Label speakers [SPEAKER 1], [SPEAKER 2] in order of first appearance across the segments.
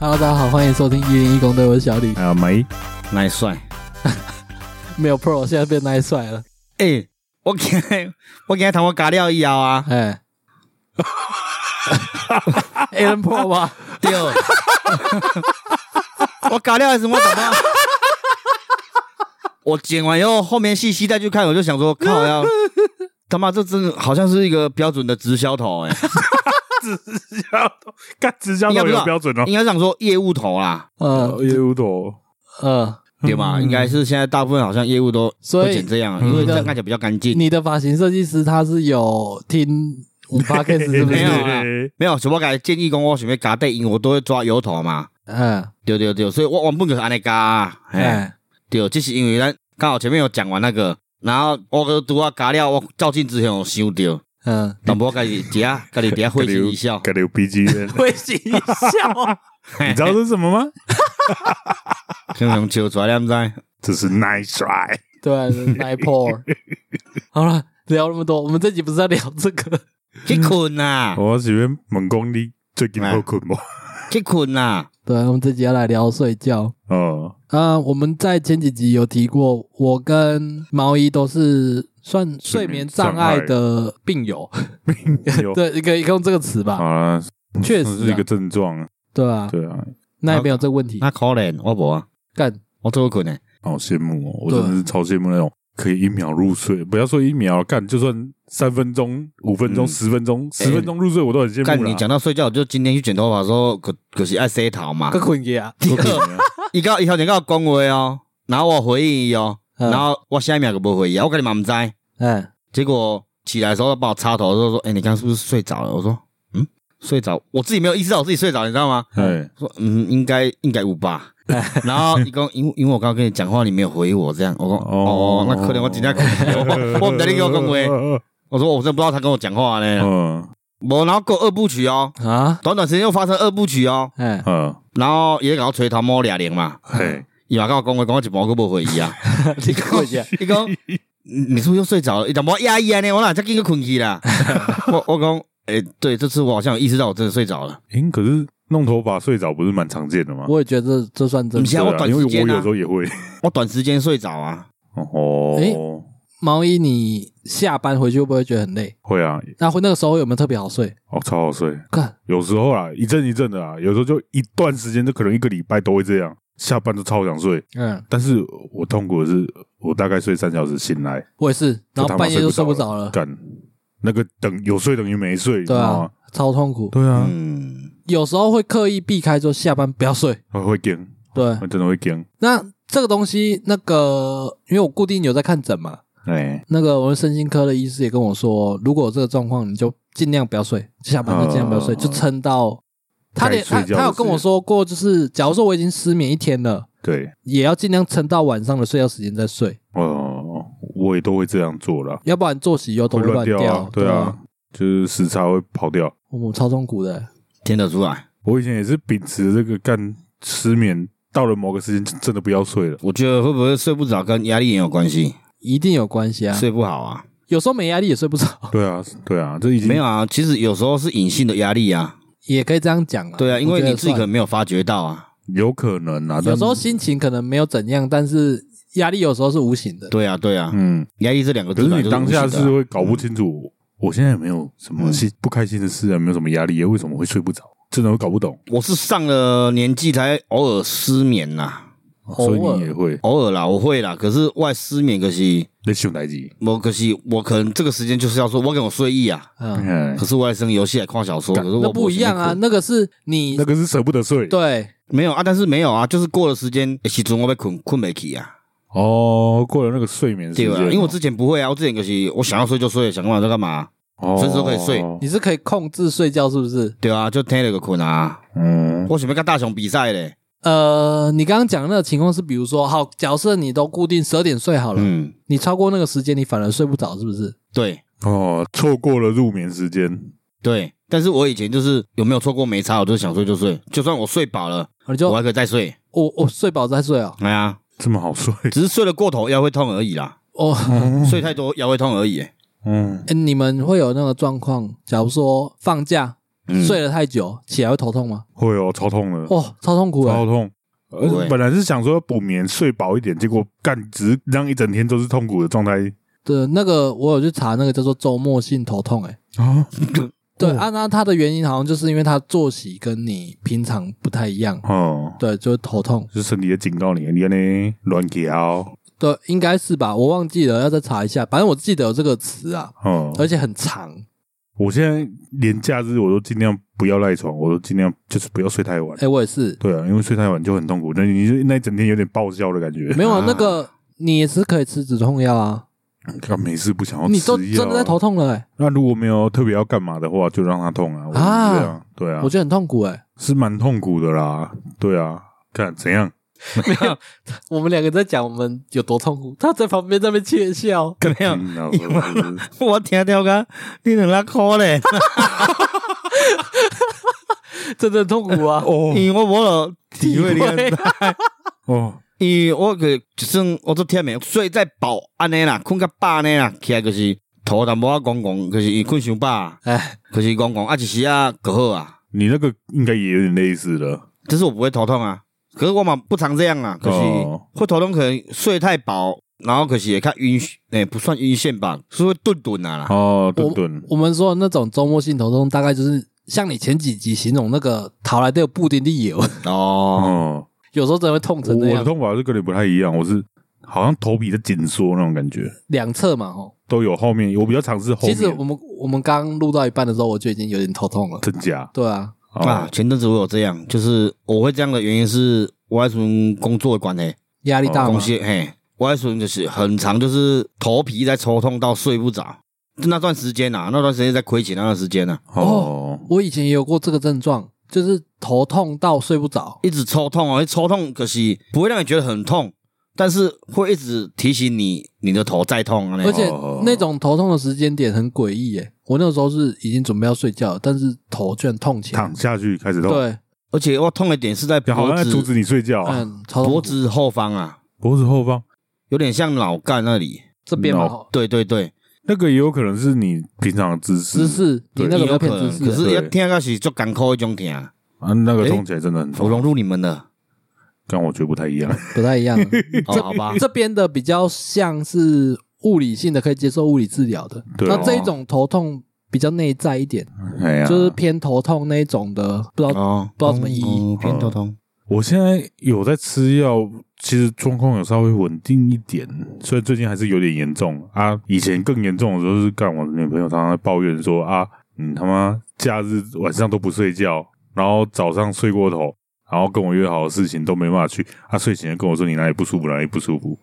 [SPEAKER 1] Hello，大家好，欢迎收听一零一公队，我是小李。
[SPEAKER 2] 还有梅，
[SPEAKER 3] 来帅。
[SPEAKER 1] 没有 Pro，现在变 Nice 帅了。
[SPEAKER 3] 哎、我今天我今天谈我咖料以后啊，
[SPEAKER 1] 哎 ，Alan Pro 吧，
[SPEAKER 3] 对， 我咖料的时候我怎么？我剪完以后，后面细细再去看，我就想说，靠要他妈这真的好像是一个标准的直销头哎、
[SPEAKER 2] 直销头， 干直销
[SPEAKER 3] 应该
[SPEAKER 2] 头
[SPEAKER 3] 不是
[SPEAKER 2] 有
[SPEAKER 3] 吧
[SPEAKER 2] 标准哦
[SPEAKER 3] 应，该想说业务头啊，
[SPEAKER 1] 嗯
[SPEAKER 2] 业务头，
[SPEAKER 1] 嗯，
[SPEAKER 3] 对吧？
[SPEAKER 2] 嗯
[SPEAKER 3] 应该是现在大部分好像业务都
[SPEAKER 1] 所以
[SPEAKER 3] 会剪这样，啊
[SPEAKER 2] 嗯
[SPEAKER 3] 因为这样看起来比较干净。
[SPEAKER 1] 你的发型设计师他是有听我们 Podcast 是 不
[SPEAKER 3] 没有
[SPEAKER 1] 是？
[SPEAKER 3] 啊没有，小我改建议讲，我想要加底音，我都会抓油头嘛。
[SPEAKER 1] 嗯，
[SPEAKER 3] 对对对，所以我原本就是安尼加啊，哎。
[SPEAKER 1] 哎，
[SPEAKER 3] 对，这是因为咱刚好前面有讲完那个，然后我哥拄啊加了，我照镜之前有想到，
[SPEAKER 1] 嗯，
[SPEAKER 3] 但无家己底 下家己底下会心一笑，
[SPEAKER 2] 该流逼机 的，你
[SPEAKER 1] 会心一笑。
[SPEAKER 3] 你
[SPEAKER 2] 知道这是什么吗？
[SPEAKER 3] 熊熊笑出来，你知道？
[SPEAKER 2] 这是 nice try，
[SPEAKER 1] 对，Nice Pro。好了，聊那么多，我们这集不是要聊这个？
[SPEAKER 3] 去困啦，
[SPEAKER 2] 我喜欢猛攻你最近好困 不？
[SPEAKER 3] 去困啦，
[SPEAKER 1] 对，我们这集要来聊睡觉。
[SPEAKER 2] 哦，
[SPEAKER 1] 呃，我们在前几集有提过，我跟毛衣都是算睡眠障碍的病友，
[SPEAKER 2] 有
[SPEAKER 1] 对，可以用这个词吧，
[SPEAKER 2] 好了，
[SPEAKER 1] 确实、
[SPEAKER 2] 这哦是一
[SPEAKER 1] 啊
[SPEAKER 2] 个，症状，
[SPEAKER 1] 对啊，
[SPEAKER 2] 对啊，
[SPEAKER 1] 那也没有这个问题，
[SPEAKER 3] 那可怜我无啊，
[SPEAKER 1] 干，
[SPEAKER 3] 我做困呢，
[SPEAKER 2] 好羡慕哦，我
[SPEAKER 1] 对
[SPEAKER 2] 真的是超羡慕那种可以一秒入睡，不要说一秒，啊干就算三分钟、五分钟、
[SPEAKER 3] 嗯
[SPEAKER 2] 十分钟、
[SPEAKER 3] 哎
[SPEAKER 2] 十分钟入睡，我都很羡
[SPEAKER 3] 干
[SPEAKER 2] 慕啦
[SPEAKER 3] 你讲到睡觉，我就今天去剪头发的时候，可可是爱洗头嘛
[SPEAKER 1] 个，困去啊，
[SPEAKER 3] 第二， 伊到伊头前跟我讲话哦，然后我回应伊哦，
[SPEAKER 1] 嗯
[SPEAKER 3] 然后我下一秒就无回应，我跟你嘛唔知道。
[SPEAKER 1] 哎，
[SPEAKER 3] 结果起来的时候把我插头，就说：“哎、你刚刚是不是睡着了？”我说：“嗯，睡着，我自己没有意识到我自己睡着，你知道吗？”
[SPEAKER 2] 哎，
[SPEAKER 3] 说：“嗯，应该应该有吧。”然后你讲，因为因为我刚刚跟你讲话，你没有回我，这样我说：“
[SPEAKER 2] 哦
[SPEAKER 3] 哦，那可能我今天我 我不在你跟我讲话。”我说：“我真的不知道他跟我讲话呢。
[SPEAKER 2] 嗯”
[SPEAKER 3] 我然后给我二部曲哦，
[SPEAKER 1] 啊，
[SPEAKER 3] 短短时间又发生二部曲哦，
[SPEAKER 1] 哎，
[SPEAKER 2] 嗯，
[SPEAKER 3] 然后也搞吹头毛俩零嘛，
[SPEAKER 2] 嘿，
[SPEAKER 3] 伊嘛跟我讲话，讲我一半我都无回伊啊。
[SPEAKER 1] 你困去啊，
[SPEAKER 3] 伊讲，你你是不是又睡着了？伊讲无压抑啊呢，我哪才跟个困去 啦？我我讲，诶、对，这次我好像有意识到我真的睡着了。
[SPEAKER 2] 诶，可是弄头发睡着不是蛮常见的吗？
[SPEAKER 1] 我也觉得这这算真
[SPEAKER 3] 不是
[SPEAKER 1] 的。
[SPEAKER 3] 啊
[SPEAKER 2] 对
[SPEAKER 3] 我短
[SPEAKER 2] 因为
[SPEAKER 3] 时
[SPEAKER 2] 我
[SPEAKER 3] 间啊
[SPEAKER 2] 有时候也会。
[SPEAKER 3] 我短时间睡着啊，
[SPEAKER 1] 诶
[SPEAKER 2] 哦，
[SPEAKER 1] 毛衣，你下班回去会不会觉得很累？
[SPEAKER 2] 会啊，
[SPEAKER 1] 那会那个时候有没有特别好睡？
[SPEAKER 2] 哦，超好睡。
[SPEAKER 1] 干，
[SPEAKER 2] 有时候啊，一阵一阵的啊，有时候就一段时间，就可能一个礼拜都会这样。下班都超想睡，
[SPEAKER 1] 嗯，
[SPEAKER 2] 但是我痛苦的是，我大概睡三小时醒来，
[SPEAKER 1] 我也是，然
[SPEAKER 2] 就他
[SPEAKER 1] 后
[SPEAKER 2] 妈
[SPEAKER 1] 半夜就睡不
[SPEAKER 2] 不
[SPEAKER 1] 着了，
[SPEAKER 2] 干，那个等有睡等于没睡，你知
[SPEAKER 1] 对
[SPEAKER 2] 道
[SPEAKER 1] 啊
[SPEAKER 2] 吗？，
[SPEAKER 1] 超痛苦。
[SPEAKER 2] 对啊，
[SPEAKER 3] 嗯，
[SPEAKER 1] 有时候会刻意避开，就下班不要睡。
[SPEAKER 2] 我哦会惊，
[SPEAKER 1] 对，
[SPEAKER 2] 我真的会惊。
[SPEAKER 1] 那这个东西，那个因为我固定有在看诊嘛，
[SPEAKER 2] 哎，
[SPEAKER 1] 那个我们身心科的医师也跟我说，如果有这个状况，你就尽量不要睡，下班就尽量不要睡，
[SPEAKER 2] 嗯
[SPEAKER 1] 就撑到他连
[SPEAKER 2] 该睡
[SPEAKER 1] 他
[SPEAKER 2] 觉的时间
[SPEAKER 1] 他有跟我说过，就是假如说我已经失眠一天了，
[SPEAKER 2] 对，
[SPEAKER 1] 也要尽量撑到晚上的睡觉时间再睡，
[SPEAKER 2] 哦，我也都会这样做啦，
[SPEAKER 1] 要不然作息又都
[SPEAKER 2] 会
[SPEAKER 1] 乱
[SPEAKER 2] 乱掉啊，对啊，，就是时差会跑掉。
[SPEAKER 1] 哦我们超痛苦的、
[SPEAKER 3] 听得出来。
[SPEAKER 2] 我以前也是秉持这个干失眠，到了某个时间就真的不要睡了。
[SPEAKER 3] 我觉得会不会睡不着跟压力也有关系，
[SPEAKER 1] 一定有关
[SPEAKER 2] 嗯
[SPEAKER 1] 系啊。
[SPEAKER 3] 睡不好啊，
[SPEAKER 1] 有时候没压力也睡不着，
[SPEAKER 2] 对啊，对啊，这已经
[SPEAKER 3] 哦没有啊，其实有时候是隐性的压力啊，
[SPEAKER 1] 也可以这样讲啊。
[SPEAKER 3] 对啊，因为
[SPEAKER 1] 我觉得
[SPEAKER 3] 你自己可
[SPEAKER 1] 算
[SPEAKER 3] 能没有发觉到啊，
[SPEAKER 2] 有可能啊。
[SPEAKER 1] 有
[SPEAKER 2] 但
[SPEAKER 1] 时候心情可能没有怎样，但是压力有时候是无形的。
[SPEAKER 3] 对啊，对啊，
[SPEAKER 2] 嗯，
[SPEAKER 3] 压力这两个字
[SPEAKER 2] 可是
[SPEAKER 3] 本来就是
[SPEAKER 2] 你当
[SPEAKER 3] 无
[SPEAKER 2] 下
[SPEAKER 3] 形的啊嗯
[SPEAKER 2] 是会搞不清楚，我现在也没有什么心不开心的事啊，没有什么压力啊，为什么会睡不着？真的会搞不懂，
[SPEAKER 3] 我是上了年纪才偶尔失眠呐，
[SPEAKER 2] 所以
[SPEAKER 1] 偶尔
[SPEAKER 2] 你也会
[SPEAKER 3] 偶尔啦，我会啦，可是外失眠可是。
[SPEAKER 2] 在想台机。
[SPEAKER 3] 我可是我可能这个时间就是要说，我跟我睡意啊，
[SPEAKER 1] 嗯，
[SPEAKER 2] 嗯
[SPEAKER 3] 可，是我在生游戏来看小说，可
[SPEAKER 2] 干
[SPEAKER 3] 是我
[SPEAKER 1] 那不一样啊，
[SPEAKER 3] 没睡
[SPEAKER 1] 那个是你
[SPEAKER 2] 那个是舍不得睡。
[SPEAKER 1] 对
[SPEAKER 3] 没有啊，但是没有啊，就是过了时间，欸时阵我被困困没起啊，
[SPEAKER 2] 哦，过了那个睡眠时
[SPEAKER 3] 对
[SPEAKER 2] 间
[SPEAKER 3] 吧？
[SPEAKER 2] 哦，
[SPEAKER 3] 因为我之前不会啊，我之前可是我想要睡就睡，想干嘛就干嘛，
[SPEAKER 2] 哦
[SPEAKER 3] 随时都可以睡
[SPEAKER 1] 你是可以控制睡觉，是不是？
[SPEAKER 3] 对啊，就天了个困啊。
[SPEAKER 2] 嗯，
[SPEAKER 3] 我想要跟大雄比赛嘞，
[SPEAKER 1] 呃，你刚刚讲的那个情况是，比如说，好，假设你都固定十二点睡好了，
[SPEAKER 3] 嗯，
[SPEAKER 1] 你超过那个时间，你反而睡不着，是不是？
[SPEAKER 3] 对
[SPEAKER 2] 哦，错过了入眠时间，
[SPEAKER 3] 对，但是我以前就是有没有错过没差，我就想睡就睡，就算我睡饱了，
[SPEAKER 1] 哦你就
[SPEAKER 3] 我还
[SPEAKER 1] 我
[SPEAKER 3] 可以再睡，
[SPEAKER 1] 我睡饱再睡哦，
[SPEAKER 3] 哎呀，
[SPEAKER 2] 这么好睡。
[SPEAKER 3] 只是睡了过头腰会痛而已啦，
[SPEAKER 1] 哦，
[SPEAKER 3] 睡太多腰会痛而已欸，
[SPEAKER 2] 嗯，
[SPEAKER 1] 诶你们会有那个状况，假如说放假
[SPEAKER 3] 嗯
[SPEAKER 1] 睡了太久，起来会头痛吗？
[SPEAKER 2] 会哦，超痛的，
[SPEAKER 1] 哦，超痛苦
[SPEAKER 2] 超
[SPEAKER 1] 的，
[SPEAKER 2] 痛。而且
[SPEAKER 3] 对
[SPEAKER 2] 本来是想说要补眠睡饱一点，结果干只是让一整天都是痛苦的状态
[SPEAKER 1] 对，那个我有去查，那个叫做周末性头痛、欸，哎，
[SPEAKER 2] 啊
[SPEAKER 1] 对，
[SPEAKER 2] 哦
[SPEAKER 1] 啊，那它的原因好像就是因为它作息跟你平常不太一样，
[SPEAKER 2] 哦，
[SPEAKER 1] 对，就是头痛，
[SPEAKER 2] 就是身体在警告你，你呢乱啊哦搞
[SPEAKER 1] 对，应该是吧，我忘记了，要再查一下，反正我记得有这个词啊，
[SPEAKER 2] 哦。
[SPEAKER 1] 而且很长，
[SPEAKER 2] 我现在连假日我都尽量不要赖床，我都尽量就是不要睡太晚
[SPEAKER 1] 哎、。我也 是，
[SPEAKER 2] 对啊，因为睡太晚就很痛苦，那你就那一整天有点爆笑的感觉。
[SPEAKER 1] 没有啊
[SPEAKER 3] 啊，
[SPEAKER 1] 那个你也是可以吃止痛药啊，
[SPEAKER 2] 干没事不想要吃
[SPEAKER 1] 你都
[SPEAKER 2] 药啊
[SPEAKER 1] 真的在头痛了、欸，
[SPEAKER 2] 那如果没有特别要干嘛的话，就让他痛啊。我
[SPEAKER 1] 啊
[SPEAKER 2] 对啊，对啊
[SPEAKER 1] 我，觉得很痛苦、欸，哎，
[SPEAKER 2] 是蛮痛苦的啦。对啊，看怎样？
[SPEAKER 1] 我们两个在讲我们有多痛苦，他在旁边在那边窃笑，
[SPEAKER 3] 怎么样？
[SPEAKER 2] 嗯啊
[SPEAKER 3] 因为 我听到个，你两个可怜，
[SPEAKER 1] 真的很痛苦 啊，
[SPEAKER 2] 哦
[SPEAKER 3] 因为我无了体会你啊的
[SPEAKER 1] 体
[SPEAKER 2] 哦，
[SPEAKER 3] 因为我个就算我做天眠，睡在饱安尼啦，困个饱安尼啦，起来就是头淡薄仔戆戆，就是伊困伤饱，
[SPEAKER 1] 哎，
[SPEAKER 3] 就是戆戆啊，一时啊过好啊。
[SPEAKER 2] 你那个应该也有点类似的。
[SPEAKER 3] 只是我不会头痛啊，可是我嘛不常这样啊，可是
[SPEAKER 2] 哦
[SPEAKER 3] 会头痛，可能睡太饱，然后可是也看晕，诶、不算晕眩吧，是会顿顿啊啦。
[SPEAKER 2] 哦，顿顿，
[SPEAKER 1] 我们说的那种周末性头痛，大概就是像你前几集形容那个逃来的布丁的油，
[SPEAKER 3] 哦，
[SPEAKER 2] 哦，
[SPEAKER 1] 有时候真哦的会痛
[SPEAKER 2] 我
[SPEAKER 1] 成那
[SPEAKER 2] 我的
[SPEAKER 1] 样，
[SPEAKER 2] 痛法是跟你不太一样，我是好像头皮在紧缩那种感觉，
[SPEAKER 1] 两侧嘛，哦。
[SPEAKER 2] 都有后面，我比较尝试后
[SPEAKER 1] 其
[SPEAKER 2] 面。
[SPEAKER 1] 实我们我们刚录到一半的时候，我就已经有点头痛了。
[SPEAKER 2] 真假
[SPEAKER 1] 对啊，
[SPEAKER 3] 啊
[SPEAKER 2] 哦，
[SPEAKER 3] 前阵子我有这样，就是我会这样的原因是我那时候工作的关系，
[SPEAKER 1] 压力大
[SPEAKER 2] 哦
[SPEAKER 1] 嘛
[SPEAKER 3] 公，司嘿，我那时候就是很长，就是头皮在抽痛到睡不着，那段时间啊，那段时间在亏钱那段时间啊，
[SPEAKER 2] 哦，
[SPEAKER 1] 我以前也有过这个症状，就是头痛到睡不着。
[SPEAKER 3] 一直抽痛哦，一抽痛可是不会让你觉得很痛，但是会一直提醒你你的头在痛啊，那
[SPEAKER 1] 而
[SPEAKER 3] 样
[SPEAKER 1] 且
[SPEAKER 2] 哦
[SPEAKER 1] 那种头痛的时间点很诡异耶！我那时候是已经准备要睡觉了，但是头居然痛起来。
[SPEAKER 2] 躺下去开始痛，
[SPEAKER 1] 对，
[SPEAKER 3] 而且我痛的点是在
[SPEAKER 2] 好
[SPEAKER 3] 脖
[SPEAKER 2] 像在阻
[SPEAKER 3] 子
[SPEAKER 2] 止你睡觉啊，
[SPEAKER 1] 嗯，超痛苦
[SPEAKER 3] 脖子后方啊，
[SPEAKER 2] 脖子后方
[SPEAKER 3] 有点像脑干那里。
[SPEAKER 1] 这边嘛
[SPEAKER 2] 脑，
[SPEAKER 3] 对对对，
[SPEAKER 2] 那个也有可能是你平常的姿
[SPEAKER 1] 姿
[SPEAKER 2] 势
[SPEAKER 1] 势哦你
[SPEAKER 2] 对
[SPEAKER 1] 那个
[SPEAKER 3] 也
[SPEAKER 1] 不
[SPEAKER 3] 有
[SPEAKER 1] 要骗
[SPEAKER 3] 可能，
[SPEAKER 1] 姿
[SPEAKER 3] 可
[SPEAKER 1] 势，啊
[SPEAKER 3] 是要
[SPEAKER 2] 对
[SPEAKER 3] 听到是足艰苦一种听，
[SPEAKER 2] 啊，那个痛起来真的很
[SPEAKER 3] 我
[SPEAKER 2] 痛，
[SPEAKER 3] 融入你们了。
[SPEAKER 2] 但我觉得不太一样。
[SPEAKER 1] 不太一样。
[SPEAKER 3] 哦， 好吧，
[SPEAKER 1] 这边的比较像是物理性的，可以接受物理治疗的。
[SPEAKER 2] 对
[SPEAKER 1] 那
[SPEAKER 2] 哦
[SPEAKER 1] 这一种头痛比较内在一点，
[SPEAKER 2] 哎呀，
[SPEAKER 1] 就是偏头痛那一种的，不知道
[SPEAKER 3] 哦，
[SPEAKER 1] 不知道什么意义
[SPEAKER 3] 嗯偏头痛。
[SPEAKER 2] 我现在有在吃药，其实状况有稍微稳定一点，虽然最近还是有点严重啊。以前更严重的时候是干我的女朋友常常在抱怨说啊，你他妈假日晚上都不睡觉，然后早上睡过头，然后跟我约好的事情都没办法去，她、睡醒了跟我说你哪里不舒服，哪里不舒服。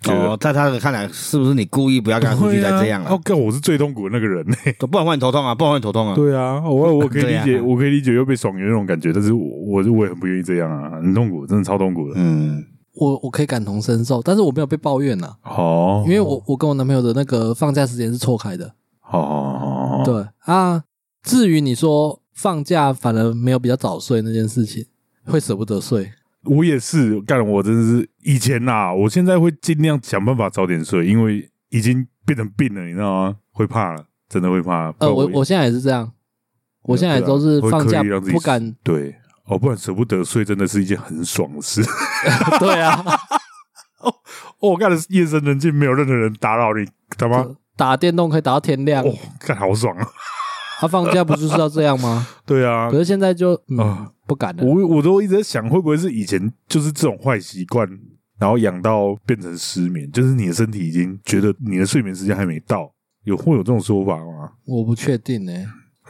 [SPEAKER 2] 觉 得
[SPEAKER 3] 哦，在他的看来，是不是你故意不要跟他出去才这样
[SPEAKER 2] 对啊哦
[SPEAKER 3] 啊？，
[SPEAKER 2] 干我是最痛苦的那个 人。
[SPEAKER 3] 不然会很头痛啊，不然会很头痛啊。
[SPEAKER 2] 对啊，我我可以理
[SPEAKER 3] 对
[SPEAKER 2] 解，
[SPEAKER 3] 啊
[SPEAKER 2] 我可以理解又被爽约那种感觉，但是我我我也很不愿意这样啊，很痛苦，真的超痛苦的。
[SPEAKER 3] 嗯，
[SPEAKER 1] 我我可以感同身受，但是我没有被抱怨啊呐、
[SPEAKER 2] 好，
[SPEAKER 1] 因为我我跟我男朋友的那个放假时间是错开的。
[SPEAKER 2] 好好好好，好
[SPEAKER 1] 对啊，至于你说放假反而没有比较早睡那件事情，会舍不得睡。
[SPEAKER 2] 我也是，干我真的是以前呐、我现在会尽量想办法早点睡，因为已经变成病了，你知道吗？会怕了，真的会怕。不
[SPEAKER 1] 呃，
[SPEAKER 2] 然
[SPEAKER 1] 我我现在也是这样，我现在也都是
[SPEAKER 2] 对啊
[SPEAKER 1] 放假
[SPEAKER 2] 会刻意让自己
[SPEAKER 1] 不敢。
[SPEAKER 2] 对哦，不然舍不得睡，真的是一件很爽的事。
[SPEAKER 1] 对啊，
[SPEAKER 2] 哦，我干了夜深人静，没有任何人打扰你，他妈
[SPEAKER 1] 打电动可以打到天亮。
[SPEAKER 2] 哦，干好爽啊！
[SPEAKER 1] 他放假不就是要这样 吗？
[SPEAKER 2] 对啊
[SPEAKER 1] 可，是现在就嗯
[SPEAKER 2] 啊
[SPEAKER 1] 不敢了。
[SPEAKER 2] 我我都一直在想，会不会是以前就是这种坏习惯，然后养到变成失眠，就是你的身体已经觉得你的睡眠时间还没到，有会有这种说法吗？
[SPEAKER 1] 我不确定呢、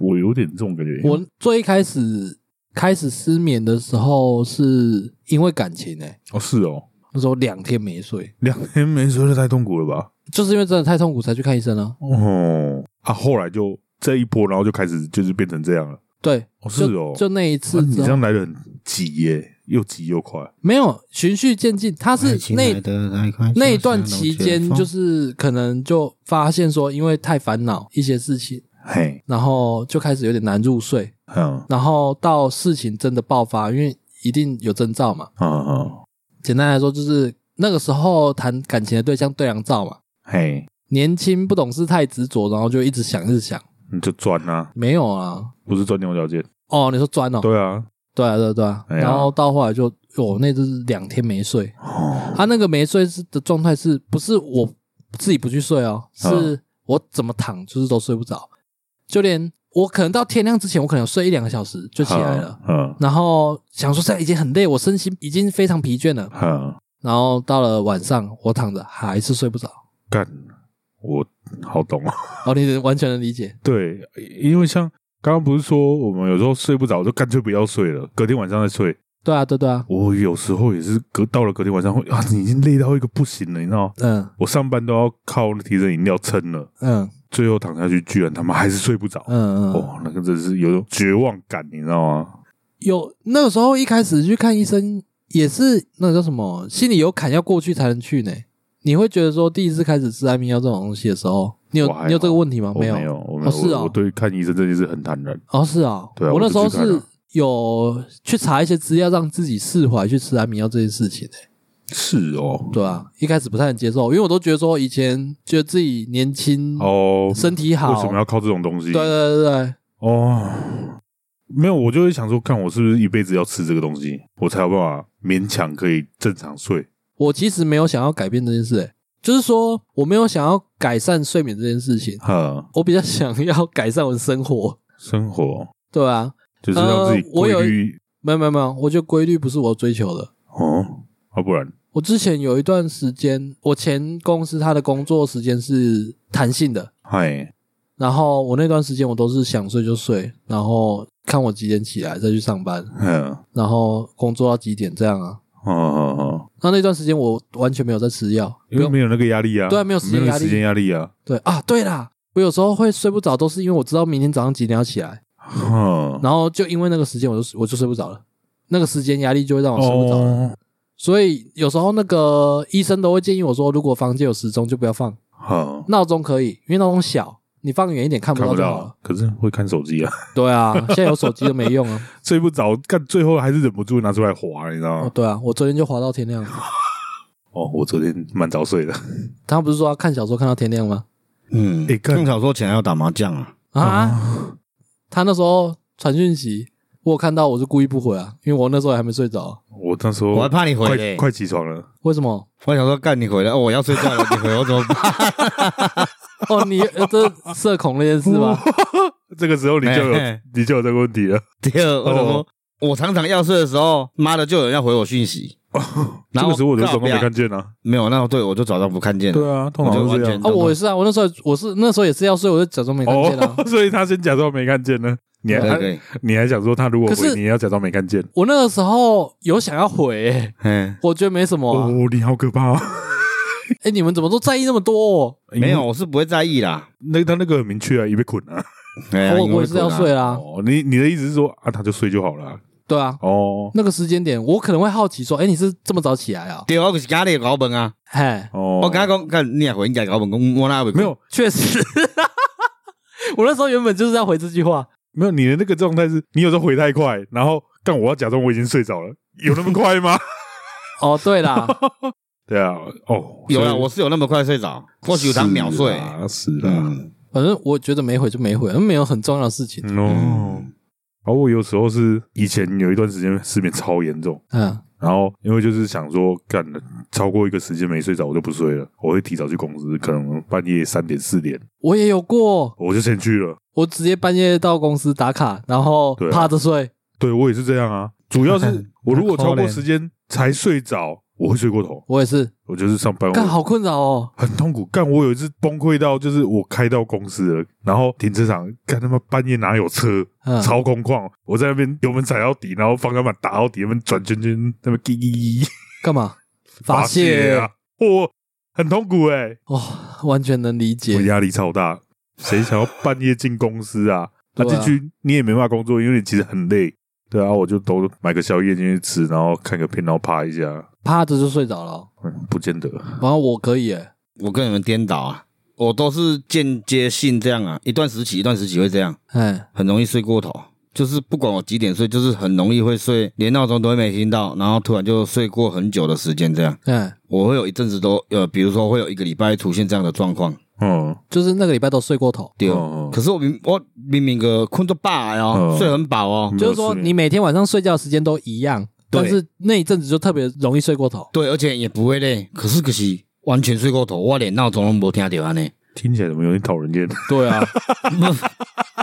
[SPEAKER 2] 我有点这种感觉。
[SPEAKER 1] 我最一开始开始失眠的时候是因为感情哎、
[SPEAKER 2] 哦是哦，
[SPEAKER 1] 那时候两天没睡，
[SPEAKER 2] 两天没睡，太痛苦了吧？
[SPEAKER 1] 就是因为真的太痛苦才去看医生啊。
[SPEAKER 2] 哦啊，后来就这一波，然后就开始就是变成这样了。
[SPEAKER 1] 对，
[SPEAKER 2] 哦是
[SPEAKER 1] 就
[SPEAKER 2] 哦，
[SPEAKER 1] 就那一次
[SPEAKER 2] 啊你
[SPEAKER 1] 之
[SPEAKER 2] 这
[SPEAKER 1] 后
[SPEAKER 2] 样来的很急耶，又急又快。
[SPEAKER 1] 没有循序渐进，他是那那一段期间，就是是可能就发现说，因为太烦恼一些事情，
[SPEAKER 2] 嘿，
[SPEAKER 1] 然后就开始有点难入睡，
[SPEAKER 2] 嗯
[SPEAKER 1] 然后到事情真的爆发，因为一定有征兆嘛。
[SPEAKER 2] 嗯嗯，
[SPEAKER 1] 简单来说，就是那个时候谈感情的对象对良照嘛，
[SPEAKER 2] 嘿，
[SPEAKER 1] 年轻不懂事太执着，然后就一直想一直想，
[SPEAKER 2] 你就钻啊，
[SPEAKER 1] 没有啊。
[SPEAKER 2] 不是钻牛角尖。
[SPEAKER 1] 哦，你说钻哦，
[SPEAKER 2] 对啊，
[SPEAKER 1] 对啊，对啊，对啊。
[SPEAKER 2] 哎呀
[SPEAKER 1] 然后到后来就，我那阵是两天没睡。
[SPEAKER 2] 哦
[SPEAKER 1] 他那个没睡是的状态是不是我自己不去睡哦？是我怎么躺就是都睡不着，就连我可能到天亮之前，我可能有睡一两个小时就起来了。
[SPEAKER 2] 嗯。
[SPEAKER 1] 然后想说现在已经很累，我身心已经非常疲倦了。
[SPEAKER 2] 嗯嗯，
[SPEAKER 1] 然后到了晚上，我躺着还是睡不着。
[SPEAKER 2] 干，我好懂啊。
[SPEAKER 1] 哦，你能完全能理解，
[SPEAKER 2] 对，因为像刚刚不是说我们有时候睡不着，就干脆不要睡了，隔天晚上再睡。
[SPEAKER 1] 对啊，对对啊，
[SPEAKER 2] 我有时候也是隔到了隔天晚上会啊，你已经累到一个不行了，你知道吗，
[SPEAKER 1] 嗯
[SPEAKER 2] 我上班都要靠提神饮料撑了，
[SPEAKER 1] 嗯
[SPEAKER 2] 最后躺下去居然他妈还是睡不着，
[SPEAKER 1] 嗯嗯，
[SPEAKER 2] 哦，那个真是有种绝望感，你知道吗？
[SPEAKER 1] 有那个时候一开始去看医生也是那个叫什么，心里有坎要过去才能去呢。你会觉得说第一次开始吃安眠药这种东西的时候，你有
[SPEAKER 2] 我还好
[SPEAKER 1] 你有这个问题吗？
[SPEAKER 2] 我
[SPEAKER 1] 有，
[SPEAKER 2] 没有，我没有，
[SPEAKER 1] 哦是哦
[SPEAKER 2] 我我对看医生这件事很坦然。
[SPEAKER 1] 哦是啊，
[SPEAKER 2] 对啊
[SPEAKER 1] 我那
[SPEAKER 2] 我就
[SPEAKER 1] 时候
[SPEAKER 2] 去看
[SPEAKER 1] 是
[SPEAKER 2] 了
[SPEAKER 1] 有去查一些资料让自己释怀去吃安眠药这件事情的。
[SPEAKER 2] 是哦，
[SPEAKER 1] 对啊，一开始不太能接受，因为我都觉得说以前觉得自己年轻，
[SPEAKER 2] 哦，
[SPEAKER 1] 身体好，
[SPEAKER 2] 为什么要靠这种东西？
[SPEAKER 1] 对对对对，
[SPEAKER 2] 哦，没有，我就会想说，看我是不是一辈子要吃这个东西，我才有办法勉强可以正常睡。
[SPEAKER 1] 我其实没有想要改变这件事、欸，就是说我没有想要改善睡眠这件事情，
[SPEAKER 2] 哈，
[SPEAKER 1] 我比较想要改善我的生活，
[SPEAKER 2] 生活
[SPEAKER 1] 对啊，
[SPEAKER 2] 就是让自己
[SPEAKER 1] 呃我有
[SPEAKER 2] 规律、
[SPEAKER 1] 没有没有没有，我觉得规律不是我追求的。
[SPEAKER 2] 哦，啊，不然
[SPEAKER 1] 我之前有一段时间，我前公司他的工作时间是弹性的，
[SPEAKER 2] 嗨，
[SPEAKER 1] 然后我那段时间我都是想睡就睡，然后看我几点起来再去上班，
[SPEAKER 2] 嗯，哦
[SPEAKER 1] 然后工作到几点这样啊。
[SPEAKER 2] 哦哦，
[SPEAKER 1] 那那段时间我完全没有在吃药，
[SPEAKER 2] 因为没有那个压力啊，
[SPEAKER 1] 对啊没有时间
[SPEAKER 2] 那个
[SPEAKER 1] 压力
[SPEAKER 2] 时间压力啊，
[SPEAKER 1] 对啊，对啦，我有时候会睡不着，都是因为我知道明天早上几点要起来，
[SPEAKER 2] 哈，
[SPEAKER 1] 然后就因为那个时间，我就我就睡不着了，那个时间压力就会让我睡不着了。
[SPEAKER 2] 哦，
[SPEAKER 1] 所以有时候那个医生都会建议我说，如果房间有时钟就不要放，
[SPEAKER 2] 哈，
[SPEAKER 1] 闹钟可以，因为闹钟小，你放远一点看不
[SPEAKER 2] 看
[SPEAKER 1] 到
[SPEAKER 2] 不
[SPEAKER 1] 就好
[SPEAKER 2] 到
[SPEAKER 1] 了。，
[SPEAKER 2] 可是会看手机啊，
[SPEAKER 1] 对啊，现在有手机都没用啊。
[SPEAKER 2] 睡不着，干最后还是忍不住拿出来滑，你知道
[SPEAKER 1] 哦
[SPEAKER 2] 吗，？
[SPEAKER 1] 对啊，我昨天就滑到天亮了。
[SPEAKER 2] 哦，我昨天蛮早睡的，
[SPEAKER 1] 他不是说要看小说看到天亮吗？
[SPEAKER 3] 嗯，
[SPEAKER 2] 欸看
[SPEAKER 3] 更少说起来要打麻将啊，
[SPEAKER 2] 哦
[SPEAKER 1] 啊，他那时候传讯息，我有看到我是故意不回啊，因为我那时候也还没睡着。
[SPEAKER 2] 我那时候
[SPEAKER 3] 我还怕你回
[SPEAKER 2] 快
[SPEAKER 3] 嘞，
[SPEAKER 2] 快起床了，
[SPEAKER 1] 为什么？
[SPEAKER 3] 我想说干你回来，哦我要睡觉了，你回我怎么办？
[SPEAKER 1] 哦，你呃这社恐那件事吧？
[SPEAKER 2] 这个时候你就
[SPEAKER 3] 嘿
[SPEAKER 2] 有
[SPEAKER 3] 嘿
[SPEAKER 2] 你就有这个问题了。
[SPEAKER 3] 第二，我想
[SPEAKER 2] 哦
[SPEAKER 3] 说，我常常要睡的时候，妈的就有人要回我讯息，然
[SPEAKER 2] 哦这
[SPEAKER 3] 后
[SPEAKER 2] 个时候我就装作
[SPEAKER 3] 告
[SPEAKER 2] 没
[SPEAKER 3] 别
[SPEAKER 2] 看见啊。
[SPEAKER 3] 没有，那对我就假装不看见了。
[SPEAKER 2] 啊，通
[SPEAKER 3] 我就完全
[SPEAKER 1] 啊，我也是啊，我那时候我是那时候也是要睡，我就假装没看见啊。
[SPEAKER 2] 哦， 所以他先假装没看见呢。你还
[SPEAKER 3] 对对，
[SPEAKER 2] 你还想说他如果
[SPEAKER 1] 可是
[SPEAKER 2] 回你也要假装没看见？
[SPEAKER 1] 我那个时候有想要回、欸，
[SPEAKER 3] 嗯，
[SPEAKER 1] 我觉得没什么、啊。哎、
[SPEAKER 2] 哦，你好可怕啊！
[SPEAKER 1] 你们怎么都在意那么多、哦？
[SPEAKER 3] 没有，，我是不会在意啦。
[SPEAKER 2] 那他那个很明确啊，也被捆了。
[SPEAKER 3] 哎呀
[SPEAKER 1] 我
[SPEAKER 3] 因为
[SPEAKER 1] 我也是要
[SPEAKER 3] 困
[SPEAKER 1] 睡
[SPEAKER 3] 啊
[SPEAKER 1] 啦，
[SPEAKER 2] 哦，你你的意思是说啊，他就睡就好了啊？
[SPEAKER 1] 对啊。
[SPEAKER 2] 哦
[SPEAKER 1] 那个时间点，我可能会好奇说：“哎、你是这么早起来啊
[SPEAKER 3] 对，我就是家里搞本啊，？”
[SPEAKER 1] 嘿，
[SPEAKER 2] 哦，
[SPEAKER 3] 我跟他讲，看你也回应该搞本，讲我哪会
[SPEAKER 2] 没有
[SPEAKER 1] 确实， 我那时候原本就是要回这句话。
[SPEAKER 2] 没有，你的那个状态是你有时候回太快，然后但我要假装我已经睡着了，有那么 快吗？
[SPEAKER 1] 哦，对啦，
[SPEAKER 2] 对啊，哦，
[SPEAKER 3] 有
[SPEAKER 2] 啊，
[SPEAKER 3] 啊，我是有那么快睡着，或许有常秒睡。
[SPEAKER 2] 是啊。
[SPEAKER 3] 嗯，
[SPEAKER 1] 反正我觉得没回就没回，没有很重要的事情。
[SPEAKER 2] 嗯哦，而我有时候是以前有一段时间失眠超严重，
[SPEAKER 1] 嗯，
[SPEAKER 2] 然后因为就是想说，干了超过一个时间没睡着，我就不睡了，我会提早去公司，可能半夜三点四点
[SPEAKER 1] 我也有过，
[SPEAKER 2] 我就先去了。
[SPEAKER 1] 我直接半夜到公司打卡，然后
[SPEAKER 2] 对啊
[SPEAKER 1] 趴着睡。
[SPEAKER 2] 对我也是这样啊，主 要是我如果超过时间才睡着，我会睡过头，
[SPEAKER 1] 我也是，
[SPEAKER 2] 我就是上班
[SPEAKER 1] 干
[SPEAKER 2] 我
[SPEAKER 1] 好困扰哦。
[SPEAKER 2] 很痛苦。干我有一次崩溃到，就是我开到公司了，然后停车场干他妈半夜哪有车，
[SPEAKER 1] 嗯，
[SPEAKER 2] 超空旷，我在那边油门踩到底，然后方向盘打到底，那边转圈圈，那边滴滴滴。
[SPEAKER 1] 干嘛？发泄
[SPEAKER 2] 啊！我很痛苦哎、
[SPEAKER 1] 哇、完全能理
[SPEAKER 2] 我
[SPEAKER 1] 解。
[SPEAKER 2] 压力超大。谁想要半夜进公司 啊？那
[SPEAKER 1] 对
[SPEAKER 2] 进
[SPEAKER 1] 啊
[SPEAKER 2] 去你也没办法工作，因为你其实很累。对啊，我就都买个宵夜进去吃，然后看个片，然后趴一下。
[SPEAKER 1] 趴着就睡着了哦、
[SPEAKER 2] 嗯，不见得。
[SPEAKER 1] 然后我可以、欸，
[SPEAKER 3] 我跟你们颠倒啊，我都是间接性这样啊，一段时期一段时期会这样，
[SPEAKER 1] 哎，
[SPEAKER 3] 很容易睡过头。就是不管我几点睡，就是很容易会睡，连闹钟都会没听到，然后突然就睡过很久的时间这样。
[SPEAKER 1] 哎，
[SPEAKER 3] 我会有一阵子都呃，比如说会有一个礼拜出现这样的状况，
[SPEAKER 2] 嗯，
[SPEAKER 1] 就是那个礼拜都睡过头。
[SPEAKER 3] 对。哦
[SPEAKER 2] 嗯
[SPEAKER 3] 可是我明我明明个困到饱的哦
[SPEAKER 2] 嗯，
[SPEAKER 3] 睡很饱哦
[SPEAKER 2] 嗯，
[SPEAKER 1] 就是说，你每天晚上睡觉的时间都一样，
[SPEAKER 3] 对
[SPEAKER 1] 但是那一阵子就特别容易睡过头。
[SPEAKER 3] 对，而且也不会累。可是可是完全睡过头，我连闹钟都没听到安尼。
[SPEAKER 2] 听起来怎么有点讨人厌？
[SPEAKER 1] 对啊，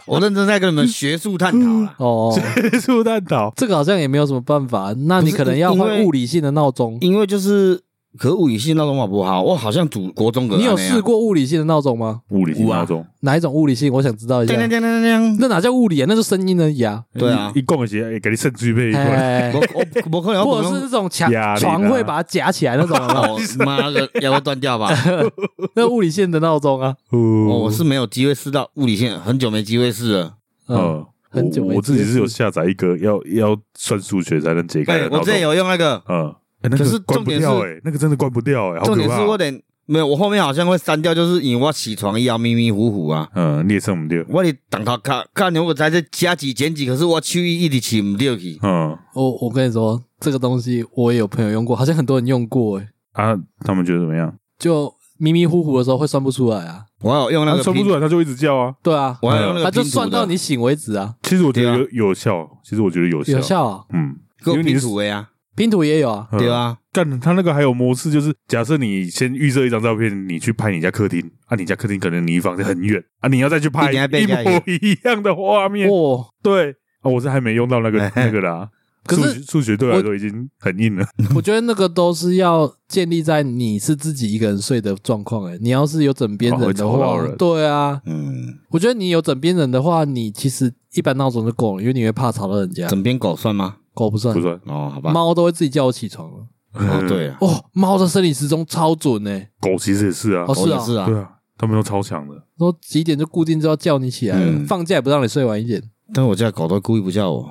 [SPEAKER 3] 我认真在跟你们学术探讨啦。
[SPEAKER 1] 哦，
[SPEAKER 2] 是不探讨？
[SPEAKER 1] 这个好像也没有什么办法。那
[SPEAKER 3] 不
[SPEAKER 1] 你
[SPEAKER 3] 是
[SPEAKER 1] 可能要
[SPEAKER 3] 因为
[SPEAKER 1] 换物理性的闹钟。
[SPEAKER 3] 因为就是，可是物理性闹钟嘛不好，我好像祖国中的、啊
[SPEAKER 1] 你有试？过物理性的闹钟吗？
[SPEAKER 2] 物理性闹钟，
[SPEAKER 1] 哪一种物理性？我想知道一下
[SPEAKER 3] 叮。叮叮叮 叮叮
[SPEAKER 1] 那哪叫物理啊？那就声音而已啊。
[SPEAKER 3] 对啊
[SPEAKER 2] 一，一共些哎，给你肾具备一块，
[SPEAKER 1] 哎，
[SPEAKER 3] 我我我可能
[SPEAKER 1] 或
[SPEAKER 3] 我
[SPEAKER 1] 者是那种墙
[SPEAKER 3] 啊
[SPEAKER 2] 压力大
[SPEAKER 1] 床会把它夹起来 那种有没有，
[SPEAKER 3] 哦妈的要不要断掉吧？
[SPEAKER 1] 那物理性的闹钟啊。
[SPEAKER 3] 哦，
[SPEAKER 2] 哦
[SPEAKER 3] 我是没有机会试到物理线，很久没机会试了。
[SPEAKER 1] 嗯，
[SPEAKER 3] 哦
[SPEAKER 2] 嗯，
[SPEAKER 1] 很久
[SPEAKER 2] 我
[SPEAKER 1] 没
[SPEAKER 2] 我自
[SPEAKER 1] 接
[SPEAKER 2] 己
[SPEAKER 1] 触
[SPEAKER 2] 是有下载一个要要算数学才能解开
[SPEAKER 3] 对
[SPEAKER 2] 的，闹
[SPEAKER 3] 哎我之前
[SPEAKER 2] 钟，
[SPEAKER 3] 有用那个，
[SPEAKER 2] 嗯，哎那
[SPEAKER 3] 可是
[SPEAKER 2] 个关
[SPEAKER 3] 重
[SPEAKER 2] 不
[SPEAKER 3] 点
[SPEAKER 2] 掉
[SPEAKER 3] 是
[SPEAKER 2] 哎，那个真的关不掉哎，好
[SPEAKER 3] 重
[SPEAKER 2] 可
[SPEAKER 3] 点是我
[SPEAKER 2] 怕。
[SPEAKER 3] 得没有，我后面好像会删掉，就是因为我起床以后迷迷糊糊啊。
[SPEAKER 2] 嗯，你也剩不掉，
[SPEAKER 3] 我的挡头卡，干我在这加几减几，可是我手机一直起唔掉去。
[SPEAKER 2] 嗯
[SPEAKER 1] 我我跟你说，这个东西我也有朋友用过，好像很多人用过，哎，
[SPEAKER 2] 啊，他们觉得怎么样？
[SPEAKER 1] 就迷迷糊糊的时候会算不出来啊。
[SPEAKER 3] 我有用那
[SPEAKER 2] 他
[SPEAKER 3] 个
[SPEAKER 2] 算不
[SPEAKER 3] 拼
[SPEAKER 2] 出，来，他就一直叫啊。
[SPEAKER 1] 对啊，
[SPEAKER 3] 我有用那个
[SPEAKER 1] 他就
[SPEAKER 3] 拼图
[SPEAKER 1] 算
[SPEAKER 3] 的
[SPEAKER 1] 到你醒为止啊。
[SPEAKER 2] 其实我觉得
[SPEAKER 3] 对
[SPEAKER 2] 有有效，其实我觉得有效，
[SPEAKER 1] 有效啊，
[SPEAKER 2] 嗯，
[SPEAKER 3] 给我
[SPEAKER 2] 因为你
[SPEAKER 3] 拼
[SPEAKER 2] 是
[SPEAKER 3] 图的呀，
[SPEAKER 1] 拼图也有啊。
[SPEAKER 2] 嗯
[SPEAKER 3] 对啊，
[SPEAKER 2] 干他那个还有模式，就是假设你先预设一张照片，你去拍你家客厅，啊，你家客厅可能离房间很远，啊，你要再去拍
[SPEAKER 3] 一定要
[SPEAKER 2] 一
[SPEAKER 3] 被盖
[SPEAKER 2] 模一样的画面，
[SPEAKER 1] 哦，
[SPEAKER 2] 对，啊，我是还没用到那个那个啦。
[SPEAKER 1] 可是
[SPEAKER 2] 数学数学对我来说已经很硬了，
[SPEAKER 1] 我觉得那个都是要建立在你是自己一个人睡的状况。哎，你要是有枕边
[SPEAKER 2] 哦
[SPEAKER 1] 人
[SPEAKER 2] 会
[SPEAKER 1] 的
[SPEAKER 2] 吵到
[SPEAKER 1] 话
[SPEAKER 2] 人，
[SPEAKER 1] 对啊，
[SPEAKER 3] 嗯，
[SPEAKER 1] 我觉得你有枕边人的话，你其实一般闹钟就够了，因为你会怕吵到人家。
[SPEAKER 3] 枕边嗯狗算吗？
[SPEAKER 1] 狗不算
[SPEAKER 2] 不，算。
[SPEAKER 3] 哦，好吧，
[SPEAKER 1] 猫都会自己叫我起床了。
[SPEAKER 3] 哦对啊，
[SPEAKER 1] 哦，猫的生理时钟超准哎，
[SPEAKER 2] 狗其实也是啊
[SPEAKER 1] 哦，
[SPEAKER 3] 我
[SPEAKER 1] 是
[SPEAKER 3] 也
[SPEAKER 1] 啊
[SPEAKER 3] 是啊
[SPEAKER 2] 对，啊，他们都超强的。
[SPEAKER 1] 说几点就固定就要叫你起来了，
[SPEAKER 3] 嗯
[SPEAKER 1] 放假也不让你睡晚一点。
[SPEAKER 3] 但我家狗都故意不叫我，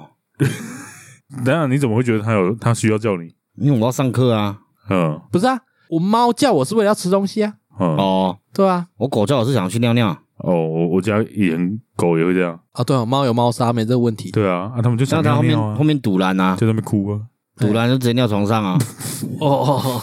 [SPEAKER 2] 等一下你怎么会觉得它有它需要叫你？
[SPEAKER 3] 因为我要上课啊。
[SPEAKER 2] 嗯
[SPEAKER 1] 不是啊，我猫叫我是为了要吃东西啊，
[SPEAKER 2] 嗯哦
[SPEAKER 3] 哦，
[SPEAKER 1] 对啊，
[SPEAKER 3] 我狗叫我是想去尿尿，
[SPEAKER 2] 我我家以前狗也会这样。
[SPEAKER 1] 啊对啊，猫有猫砂没这个问题。
[SPEAKER 2] 对啊，啊他们就想
[SPEAKER 3] 那它
[SPEAKER 2] 尿
[SPEAKER 3] 后面
[SPEAKER 2] 尿啊
[SPEAKER 3] 后，面堵拦啊，
[SPEAKER 2] 就在那边哭啊。
[SPEAKER 3] 堵拦就直接尿床 上啊，
[SPEAKER 1] 哦哦哦，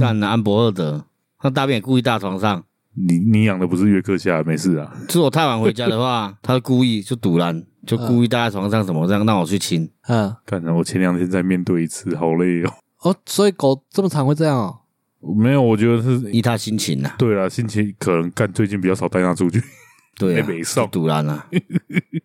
[SPEAKER 3] 干啊安博尔德，那大便也故意大床上。
[SPEAKER 2] 你你养的不是约克夏，没事啊。
[SPEAKER 3] 是我太晚回家的 话，他故意就堵拦，就故意搭在床上什么这样让我去亲。
[SPEAKER 1] 嗯，
[SPEAKER 2] 干我前两天再面对一次，好累哦。
[SPEAKER 1] 哦，所以狗这么常会这样哦。
[SPEAKER 2] 没有，我觉得是
[SPEAKER 3] 依他心情呐、啊，
[SPEAKER 2] 对啦，心情可能干最近比较少带它出去。
[SPEAKER 3] 对
[SPEAKER 2] 哎
[SPEAKER 3] 啊，
[SPEAKER 2] 没送
[SPEAKER 3] 就堵拦啊，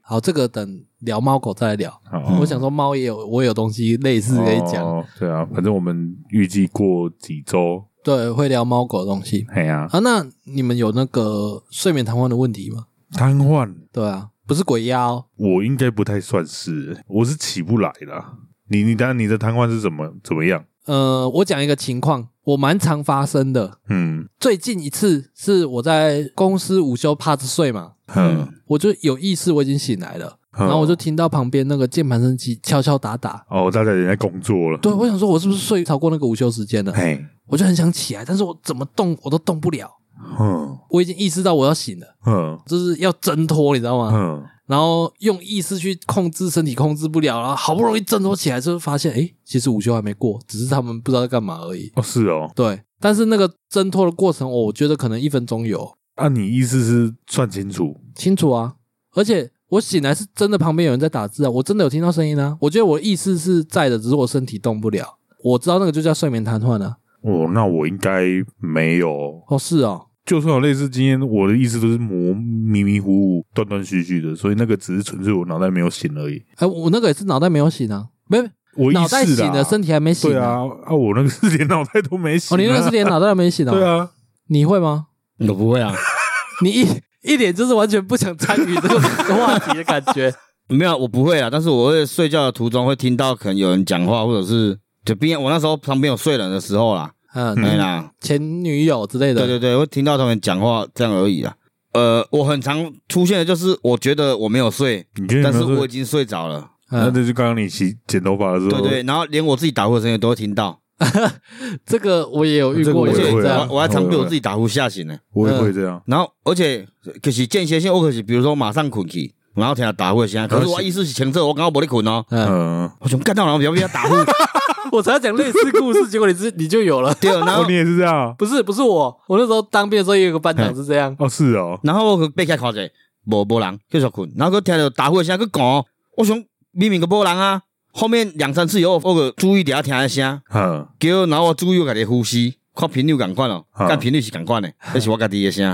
[SPEAKER 1] 好，这个等聊猫狗再来聊。
[SPEAKER 2] 好
[SPEAKER 1] 我想说猫也有，我有东西类似可以讲，
[SPEAKER 2] 啊嗯哦对啊，反正我们预计过几周，
[SPEAKER 1] 对，会聊猫狗的东西
[SPEAKER 2] 哎呀、
[SPEAKER 1] 啊。那你们有那个睡眠瘫痪的问题吗？
[SPEAKER 2] 瘫痪，
[SPEAKER 1] 对啊，不是鬼压哦，
[SPEAKER 2] 我应该不太算是，我是起不来啦。你你当然你的瘫痪是怎么怎么样？
[SPEAKER 1] 呃，我讲一个情况，我蛮常发生的。
[SPEAKER 2] 嗯
[SPEAKER 1] 最近一次是我在公司午休趴着睡嘛，
[SPEAKER 2] 嗯，
[SPEAKER 1] 我就有意识我已经醒来了，然后我就听到旁边那个键盘声机敲敲打打。
[SPEAKER 2] 哦，大家也在工作了，
[SPEAKER 1] 对，我想说，我是不是睡超过那个午休时间了？
[SPEAKER 2] 哎，
[SPEAKER 1] 我就很想起来，但是我怎么动我都动不了。
[SPEAKER 2] 嗯
[SPEAKER 1] 我已经意识到我要醒了，
[SPEAKER 2] 嗯
[SPEAKER 1] 就是要挣脱，你知道吗？
[SPEAKER 2] 嗯，
[SPEAKER 1] 然后用意识去控制身体，控制不了，然后好不容易挣脱起来，之后发现，诶，其实午休还没过，只是他们不知道在干嘛而已。
[SPEAKER 2] 哦是哦，
[SPEAKER 1] 对，但是那个挣脱的过程，我觉得可能一分钟有
[SPEAKER 2] 啊，你意思是算清楚？
[SPEAKER 1] 清楚啊，而且我醒来是真的旁边有人在打字啊，我真的有听到声音啊，我觉得我意识是在的，只是我身体动不了。我知道那个就叫睡眠瘫痪啊。
[SPEAKER 2] 哦，那我应该没有，
[SPEAKER 1] 哦，是哦，
[SPEAKER 2] 就算有类似经验，我的意思都是模迷迷糊糊、断断续续的，所以那个只是纯粹我脑袋没有醒而已。
[SPEAKER 1] 哎，我那个也是脑袋没有醒啊，没
[SPEAKER 2] 我意识啦
[SPEAKER 1] 脑袋醒了，身体还没醒、
[SPEAKER 2] 啊对啊啊！我那个是连脑袋都没醒、
[SPEAKER 1] 哦，
[SPEAKER 2] 啊。
[SPEAKER 1] 你那个是连脑袋都没醒啊？
[SPEAKER 2] 对，啊，
[SPEAKER 1] 你会吗？
[SPEAKER 3] 我不会啊，
[SPEAKER 1] 你一 一脸就是完全不想参与这个 话题的感觉。
[SPEAKER 3] 没有啊我不会啊，但是我会睡觉的途中会听到可能有人讲话，或者是就边我那时候旁边有睡人的时候啦，
[SPEAKER 1] 嗯，
[SPEAKER 3] 对啦，
[SPEAKER 1] 前女友之类的。
[SPEAKER 3] 对对对，会听到他们讲话这样而已啊。呃，我很常出现的就是我觉得我没有睡，
[SPEAKER 2] 你觉得
[SPEAKER 3] 但
[SPEAKER 2] 你
[SPEAKER 3] 是
[SPEAKER 2] 没有
[SPEAKER 3] 我已
[SPEAKER 2] 睡？
[SPEAKER 3] 经睡着了，
[SPEAKER 2] 那
[SPEAKER 1] 嗯，
[SPEAKER 2] 就是刚刚你洗剪头发的时候，
[SPEAKER 3] 对对，然后连我自己打呼的声音都会听到，
[SPEAKER 1] 这个我也有遇
[SPEAKER 2] 这个
[SPEAKER 1] 过，
[SPEAKER 2] 我
[SPEAKER 3] 而
[SPEAKER 1] 有
[SPEAKER 2] 也
[SPEAKER 3] 且
[SPEAKER 1] 人
[SPEAKER 2] 会
[SPEAKER 1] 这
[SPEAKER 2] 啊
[SPEAKER 1] 样
[SPEAKER 3] 我。我还常被我自己打呼吓醒呢、
[SPEAKER 2] 我
[SPEAKER 1] 嗯
[SPEAKER 2] 也会这样。
[SPEAKER 3] 然后，而且可是间歇性，我可是比如说马上困去，然后听他打呼的声音，可是我意识是清澈，我刚刚没在困哦，
[SPEAKER 1] 嗯，
[SPEAKER 2] 嗯，
[SPEAKER 3] 我想干到然后不要被他打呼，
[SPEAKER 1] 我才要讲类似故事，结果你是你就有了。
[SPEAKER 3] 对，然后
[SPEAKER 2] 哦，你也是这样啊？
[SPEAKER 1] 不是不是我，我那时候当兵的时候也有个班长是这
[SPEAKER 3] 嗯
[SPEAKER 1] 样，
[SPEAKER 2] 哦，是哦，
[SPEAKER 3] 然后我背起来看者，无无人，继续困，然后佮听到打呼的声，佮讲，我想明明个无人啊，后面两三次以后，我个注意底下听的声，
[SPEAKER 1] 嗯
[SPEAKER 2] 哼
[SPEAKER 3] 结果然后我注意我家己的呼吸，看频率共款哦，
[SPEAKER 2] 啊
[SPEAKER 3] 甲频率是共款的，那是我家己的声，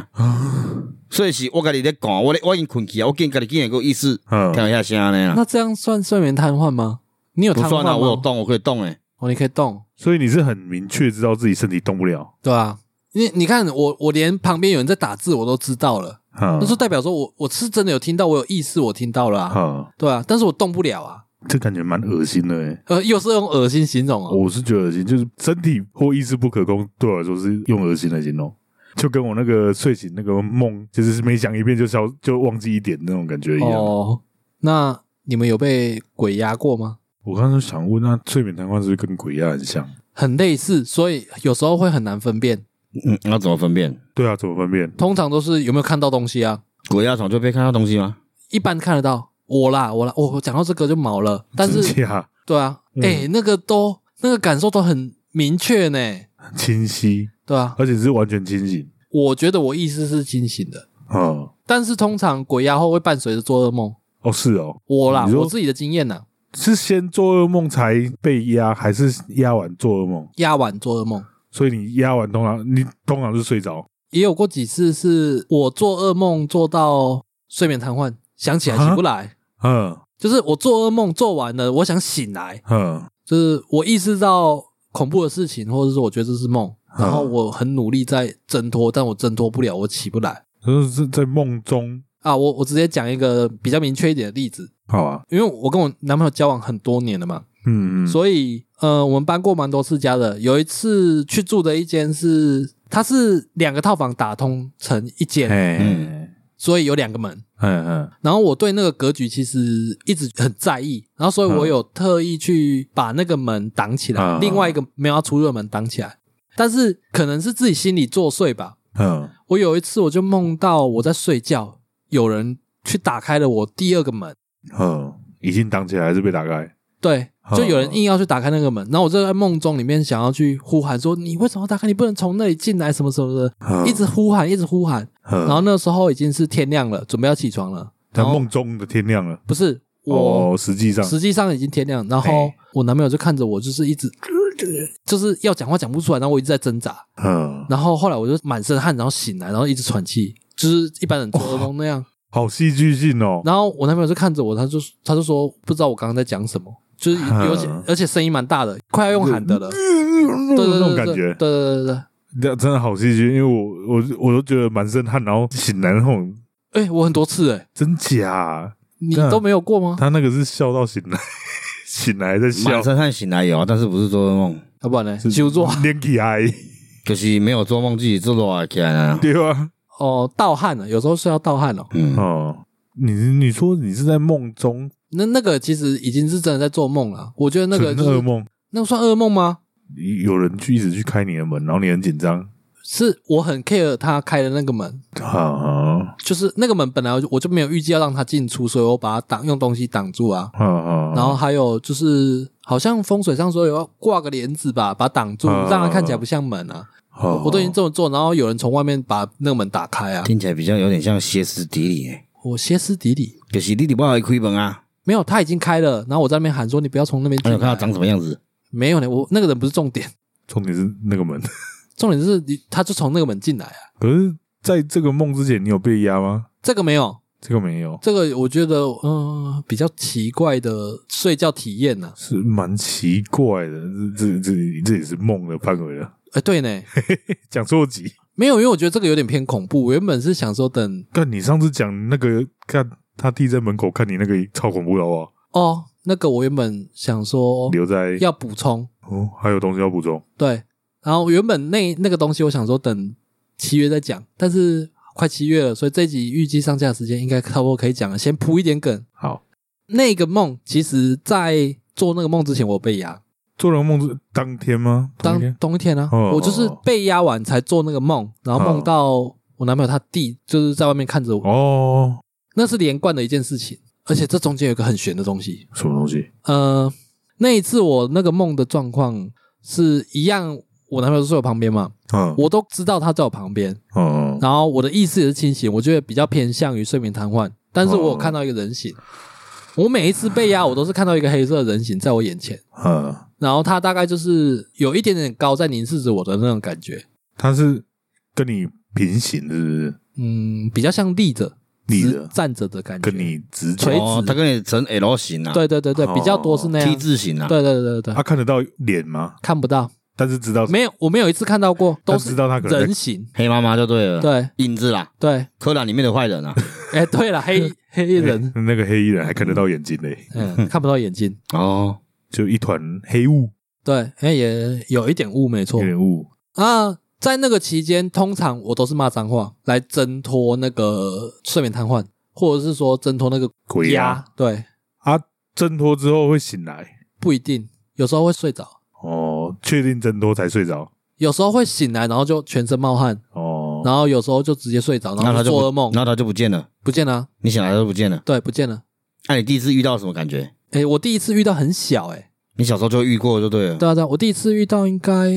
[SPEAKER 3] 所以是我家己在讲，我咧我已经困去啊，我见家己竟然有意识听
[SPEAKER 2] 哼，
[SPEAKER 3] 一下声呢啦，
[SPEAKER 1] 那这样算睡眠瘫痪吗？你有
[SPEAKER 3] 不
[SPEAKER 1] 瘫痪
[SPEAKER 3] 算啊
[SPEAKER 1] 吗？
[SPEAKER 3] 啦，我有动，我可以动诶，
[SPEAKER 1] 哦，你可以动，
[SPEAKER 2] 所以你是很明确知道自己身体动不了，
[SPEAKER 1] 对啊。你你看我，我连旁边有人在打字我都知道了，
[SPEAKER 2] 哼
[SPEAKER 3] 嗯
[SPEAKER 1] 那就代表说我我是真的有听到，我有意识，我听到了、啊，
[SPEAKER 2] 哼，
[SPEAKER 1] 对啊，但是我动不了啊，
[SPEAKER 2] 这感觉蛮恶心的诶。
[SPEAKER 1] 呃，又是用恶心形容哦，
[SPEAKER 2] 我是觉得恶心，就是身体或意识不可控，对我来说是用恶心来形容，就跟我那个睡醒那个梦，就是是每讲一遍就消就忘记一点那种感觉一样。
[SPEAKER 1] 哦，那你们有被鬼压过吗？
[SPEAKER 2] 我刚刚想问，那睡眠瘫痪是不是跟鬼压很像？
[SPEAKER 1] 很类似，所以有时候会很难分辨。
[SPEAKER 3] 嗯，那怎么分辨？
[SPEAKER 2] 对啊，怎么分辨？
[SPEAKER 1] 通常都是有没有看到东西啊？
[SPEAKER 3] 鬼压床就被看到东西吗？
[SPEAKER 1] 一般看得到。我啦，我啦，我我讲到这个就毛了。但是，
[SPEAKER 2] 真假
[SPEAKER 1] 对啊，
[SPEAKER 2] 嗯
[SPEAKER 1] 哎、那个都那个感受都很明确呢，
[SPEAKER 2] 很清晰，
[SPEAKER 1] 对啊，
[SPEAKER 2] 而且是完全清醒。
[SPEAKER 1] 我觉得我意识是清醒的，
[SPEAKER 2] 嗯，
[SPEAKER 1] 但是通常鬼压后会伴随着做噩梦。
[SPEAKER 2] 哦，是哦，
[SPEAKER 1] 我啦
[SPEAKER 2] 你，说
[SPEAKER 1] 我自己的经验呐，
[SPEAKER 2] 是先做噩梦才被压，还是压完做噩梦？
[SPEAKER 1] 压完做噩梦，
[SPEAKER 2] 所以你压完通常你通常是睡着，
[SPEAKER 1] 也有过几次是我做噩梦做到睡眠瘫痪，想起来起不来，
[SPEAKER 2] 嗯
[SPEAKER 1] 就是我做噩梦做完了，我想醒来，
[SPEAKER 2] 嗯
[SPEAKER 1] 就是我意识到恐怖的事情，或者是我觉得这是梦，
[SPEAKER 2] 嗯
[SPEAKER 1] 然后我很努力在挣脱，但我挣脱不了，我起不来
[SPEAKER 2] 就是在梦中，
[SPEAKER 1] 啊！我我直接讲一个比较明确一点的例子，
[SPEAKER 2] 好啊，
[SPEAKER 1] 因为我跟我男朋友交往很多年了嘛，
[SPEAKER 2] 嗯嗯，
[SPEAKER 1] 所以呃，我们搬过蛮多次家的。有一次去住的一间是，它是两个套房打通成一间，
[SPEAKER 2] 哎
[SPEAKER 3] 嗯
[SPEAKER 1] 所以有两个门。
[SPEAKER 2] 嗯嗯
[SPEAKER 1] 然后我对那个格局其实一直很在意，然后所以我有特意去把那个门挡起来，
[SPEAKER 2] 嗯
[SPEAKER 1] 另外一个没有要出入的门挡起来。但是可能是自己心里作祟吧。
[SPEAKER 2] 嗯，
[SPEAKER 1] 我有一次我就梦到我在睡觉，有人去打开了我第二个门，
[SPEAKER 2] 嗯，已经挡起来还是被打开？
[SPEAKER 1] 对，
[SPEAKER 2] 嗯
[SPEAKER 1] 就有人硬要去打开那个门。然后我就在梦中里面想要去呼喊说：“你为什么要打开？你不能从那里进来，什么什么的。”
[SPEAKER 2] 嗯
[SPEAKER 1] 一直，呼喊，一直呼喊。
[SPEAKER 2] 然
[SPEAKER 1] 然后那时候已经是天亮了，准备要起床了。
[SPEAKER 2] 在
[SPEAKER 1] 然后
[SPEAKER 2] 梦中的天亮了，
[SPEAKER 1] 不是我
[SPEAKER 2] 哦，实际上，
[SPEAKER 1] 实际上已经天亮，然后
[SPEAKER 2] 哎
[SPEAKER 1] 我男朋友就看着我，就是一直 就是要讲话讲不出来，然后我一直在挣扎，
[SPEAKER 2] 嗯，
[SPEAKER 1] 然后后来我就满身汗，然后醒来，然后一直喘气，就是一般人做噩梦那样。
[SPEAKER 2] 好戏剧性哦，
[SPEAKER 1] 然后我男朋友就看着我，他就他就说不知道我刚刚在讲什么，就是
[SPEAKER 2] 嗯
[SPEAKER 1] 有而且声音蛮大的，快要用喊的了，对对
[SPEAKER 2] 嗯那
[SPEAKER 1] 对
[SPEAKER 2] 种
[SPEAKER 1] 对
[SPEAKER 2] 感
[SPEAKER 1] 对对
[SPEAKER 2] 觉，嗯
[SPEAKER 1] 对对。
[SPEAKER 2] 那真的好戏剧，因为我我我都觉得满身汗，然后醒来那种
[SPEAKER 1] 哎，我很多次哎，
[SPEAKER 2] 真假，
[SPEAKER 1] 你
[SPEAKER 2] 对啊
[SPEAKER 1] 都没有过 吗？
[SPEAKER 2] 他那个是笑到醒来， 醒来在笑
[SPEAKER 3] 满，身汗醒来有啊，但是不是做噩梦，
[SPEAKER 1] 要啊不然呢？久坐
[SPEAKER 2] 连起来，
[SPEAKER 3] 就是没有做梦，自己做落起来啊。
[SPEAKER 2] 对啊，
[SPEAKER 1] 哦，盗汗了，有时候是要盗汗哦。
[SPEAKER 3] 嗯，
[SPEAKER 2] 哦，你你说你是在梦中，
[SPEAKER 1] 那那个其实已经是真的在做梦了，我觉得那个
[SPEAKER 2] 纯
[SPEAKER 1] 就
[SPEAKER 2] 噩
[SPEAKER 1] 是
[SPEAKER 2] 梦，
[SPEAKER 1] 那算噩梦吗？
[SPEAKER 2] 有人去一直去开你的门，然后你很紧张，
[SPEAKER 1] 是我很 care 他开的那个门，
[SPEAKER 2] 啊
[SPEAKER 1] 就是那个门本来我就我就没有预计要让他进出，所以我把它挡用东西挡住啊。
[SPEAKER 2] 啊啊，
[SPEAKER 1] 然后还有就是，好像风水上说有要挂个帘子吧，把它挡住，
[SPEAKER 2] 嗯
[SPEAKER 1] 让它看起来不像门啊。
[SPEAKER 2] 哦
[SPEAKER 1] 我都已经这么做，然后有人从外面把那个门打开啊，
[SPEAKER 3] 听起来比较有点像歇斯底里诶，
[SPEAKER 1] 我歇斯底里。
[SPEAKER 3] 就是你礼拜一开门啊，
[SPEAKER 1] 没有，他已经开了，然后我在那边喊说：“你不要从那边
[SPEAKER 3] 还
[SPEAKER 1] 进
[SPEAKER 3] 有看
[SPEAKER 1] 来
[SPEAKER 3] 他。长什么样子。”
[SPEAKER 1] 没有呢，我那个人不是重点，
[SPEAKER 2] 重点是那个门。
[SPEAKER 1] 重点是你他就从那个门进来啊。
[SPEAKER 2] 可是在这个梦之前，你有被压吗？
[SPEAKER 1] 这个没有，
[SPEAKER 2] 这个没有，
[SPEAKER 1] 这个我觉得嗯、比较奇怪的睡觉体验呢、啊。
[SPEAKER 2] 是蛮奇怪的。这这这这也是梦的范围了。
[SPEAKER 1] 哎，对呢，
[SPEAKER 2] 讲错集，
[SPEAKER 1] 没有，因为我觉得这个有点偏恐怖。我原本是想说等
[SPEAKER 2] 但你上次讲那个，看他弟在门口看你那个超恐怖的好不好？
[SPEAKER 1] 哦，那个我原本想说
[SPEAKER 2] 留在
[SPEAKER 1] 要补充，
[SPEAKER 2] 哦，还有东西要补充。
[SPEAKER 1] 对，然后原本那那个东西我想说等七月再讲，但是快七月了，所以这集预计上架的时间应该差不多可以讲了，先铺一点梗。
[SPEAKER 2] 好，
[SPEAKER 1] 那个梦其实，在做那个梦之前，我被压，
[SPEAKER 2] 做了梦之当天吗？同一
[SPEAKER 1] 当
[SPEAKER 2] 天
[SPEAKER 1] 同一天啊，
[SPEAKER 2] 哦
[SPEAKER 1] 我就是被压完才做那个梦，然后梦到我男朋友他弟就是在外面看着我，
[SPEAKER 2] 哦，
[SPEAKER 1] 那是连贯的一件事情，而且这中间有一个很悬的东西，
[SPEAKER 2] 什么东西？
[SPEAKER 1] 呃，那一次我那个梦的状况是一样，我男朋友睡我旁边嘛，
[SPEAKER 2] 嗯
[SPEAKER 1] 我都知道他在我旁边，
[SPEAKER 2] 嗯
[SPEAKER 1] 然后我的意识也是清醒，我觉得比较偏向于睡眠瘫痪，但是我有
[SPEAKER 2] 哦
[SPEAKER 1] 看到一个人形，我每一次被压，我都是看到一个黑色的人形在我眼前，
[SPEAKER 2] 嗯，
[SPEAKER 1] 然后他大概就是有一点点高，在凝视着我的那种感觉，
[SPEAKER 2] 他是跟你平行是不是？
[SPEAKER 1] 嗯，比较像立着、
[SPEAKER 2] 立
[SPEAKER 1] 直
[SPEAKER 2] 着
[SPEAKER 1] 站着的感觉，
[SPEAKER 2] 跟你直
[SPEAKER 1] 垂
[SPEAKER 2] 角
[SPEAKER 1] 直
[SPEAKER 3] 哦，他跟你成 L 型啊，
[SPEAKER 1] 对对对对，比较多是
[SPEAKER 2] 哦
[SPEAKER 1] 那样，
[SPEAKER 3] ，T 字型啊，
[SPEAKER 1] 对对对对对，
[SPEAKER 2] 他看得到脸吗？
[SPEAKER 1] 看不到，
[SPEAKER 2] 但是知道
[SPEAKER 1] 没有，我没有一次看到过，都
[SPEAKER 2] 但知
[SPEAKER 1] 是
[SPEAKER 2] 道他可能
[SPEAKER 1] 人
[SPEAKER 2] 在
[SPEAKER 1] 形，
[SPEAKER 3] 黑妈妈就对了，，
[SPEAKER 1] 对
[SPEAKER 3] 影子啦，
[SPEAKER 1] 对，
[SPEAKER 3] 柯南里面的 坏人啊，
[SPEAKER 1] 哎，对了， 黑黑衣人，
[SPEAKER 2] 那个黑衣人还看得到眼睛嘞，
[SPEAKER 1] 嗯，看不到眼睛，
[SPEAKER 3] 哦，
[SPEAKER 2] 就一团黑雾，
[SPEAKER 1] 对，哎，也有一点雾，没错
[SPEAKER 2] 有，
[SPEAKER 3] 嗯
[SPEAKER 2] 点雾。
[SPEAKER 1] 啊，在那个期间，通常我都是骂脏话来挣脱那个睡眠瘫痪，或者是说挣脱那个
[SPEAKER 2] 鬼压
[SPEAKER 1] 压。对，
[SPEAKER 2] 啊，挣脱之后会醒来。
[SPEAKER 1] 不一定，有时候会睡着，
[SPEAKER 2] 哦，确定挣脱才睡着。
[SPEAKER 1] 有时候会醒来，然后就全身冒汗，
[SPEAKER 2] 哦，
[SPEAKER 1] 然后有时候就直接睡着，然
[SPEAKER 3] 然后
[SPEAKER 1] 后
[SPEAKER 3] 他就
[SPEAKER 1] 做
[SPEAKER 3] 不
[SPEAKER 1] 噩梦，
[SPEAKER 3] 然后他就不见了，
[SPEAKER 1] 不见了啊，
[SPEAKER 3] 你醒来他就不见了。
[SPEAKER 1] 对，不见了。
[SPEAKER 3] 那你第一次遇到什么感觉？
[SPEAKER 1] 哎，我第一次遇到很小，哎，
[SPEAKER 3] 你小时候就遇过就对了，
[SPEAKER 1] 对啊，对啊，我第一次遇到应该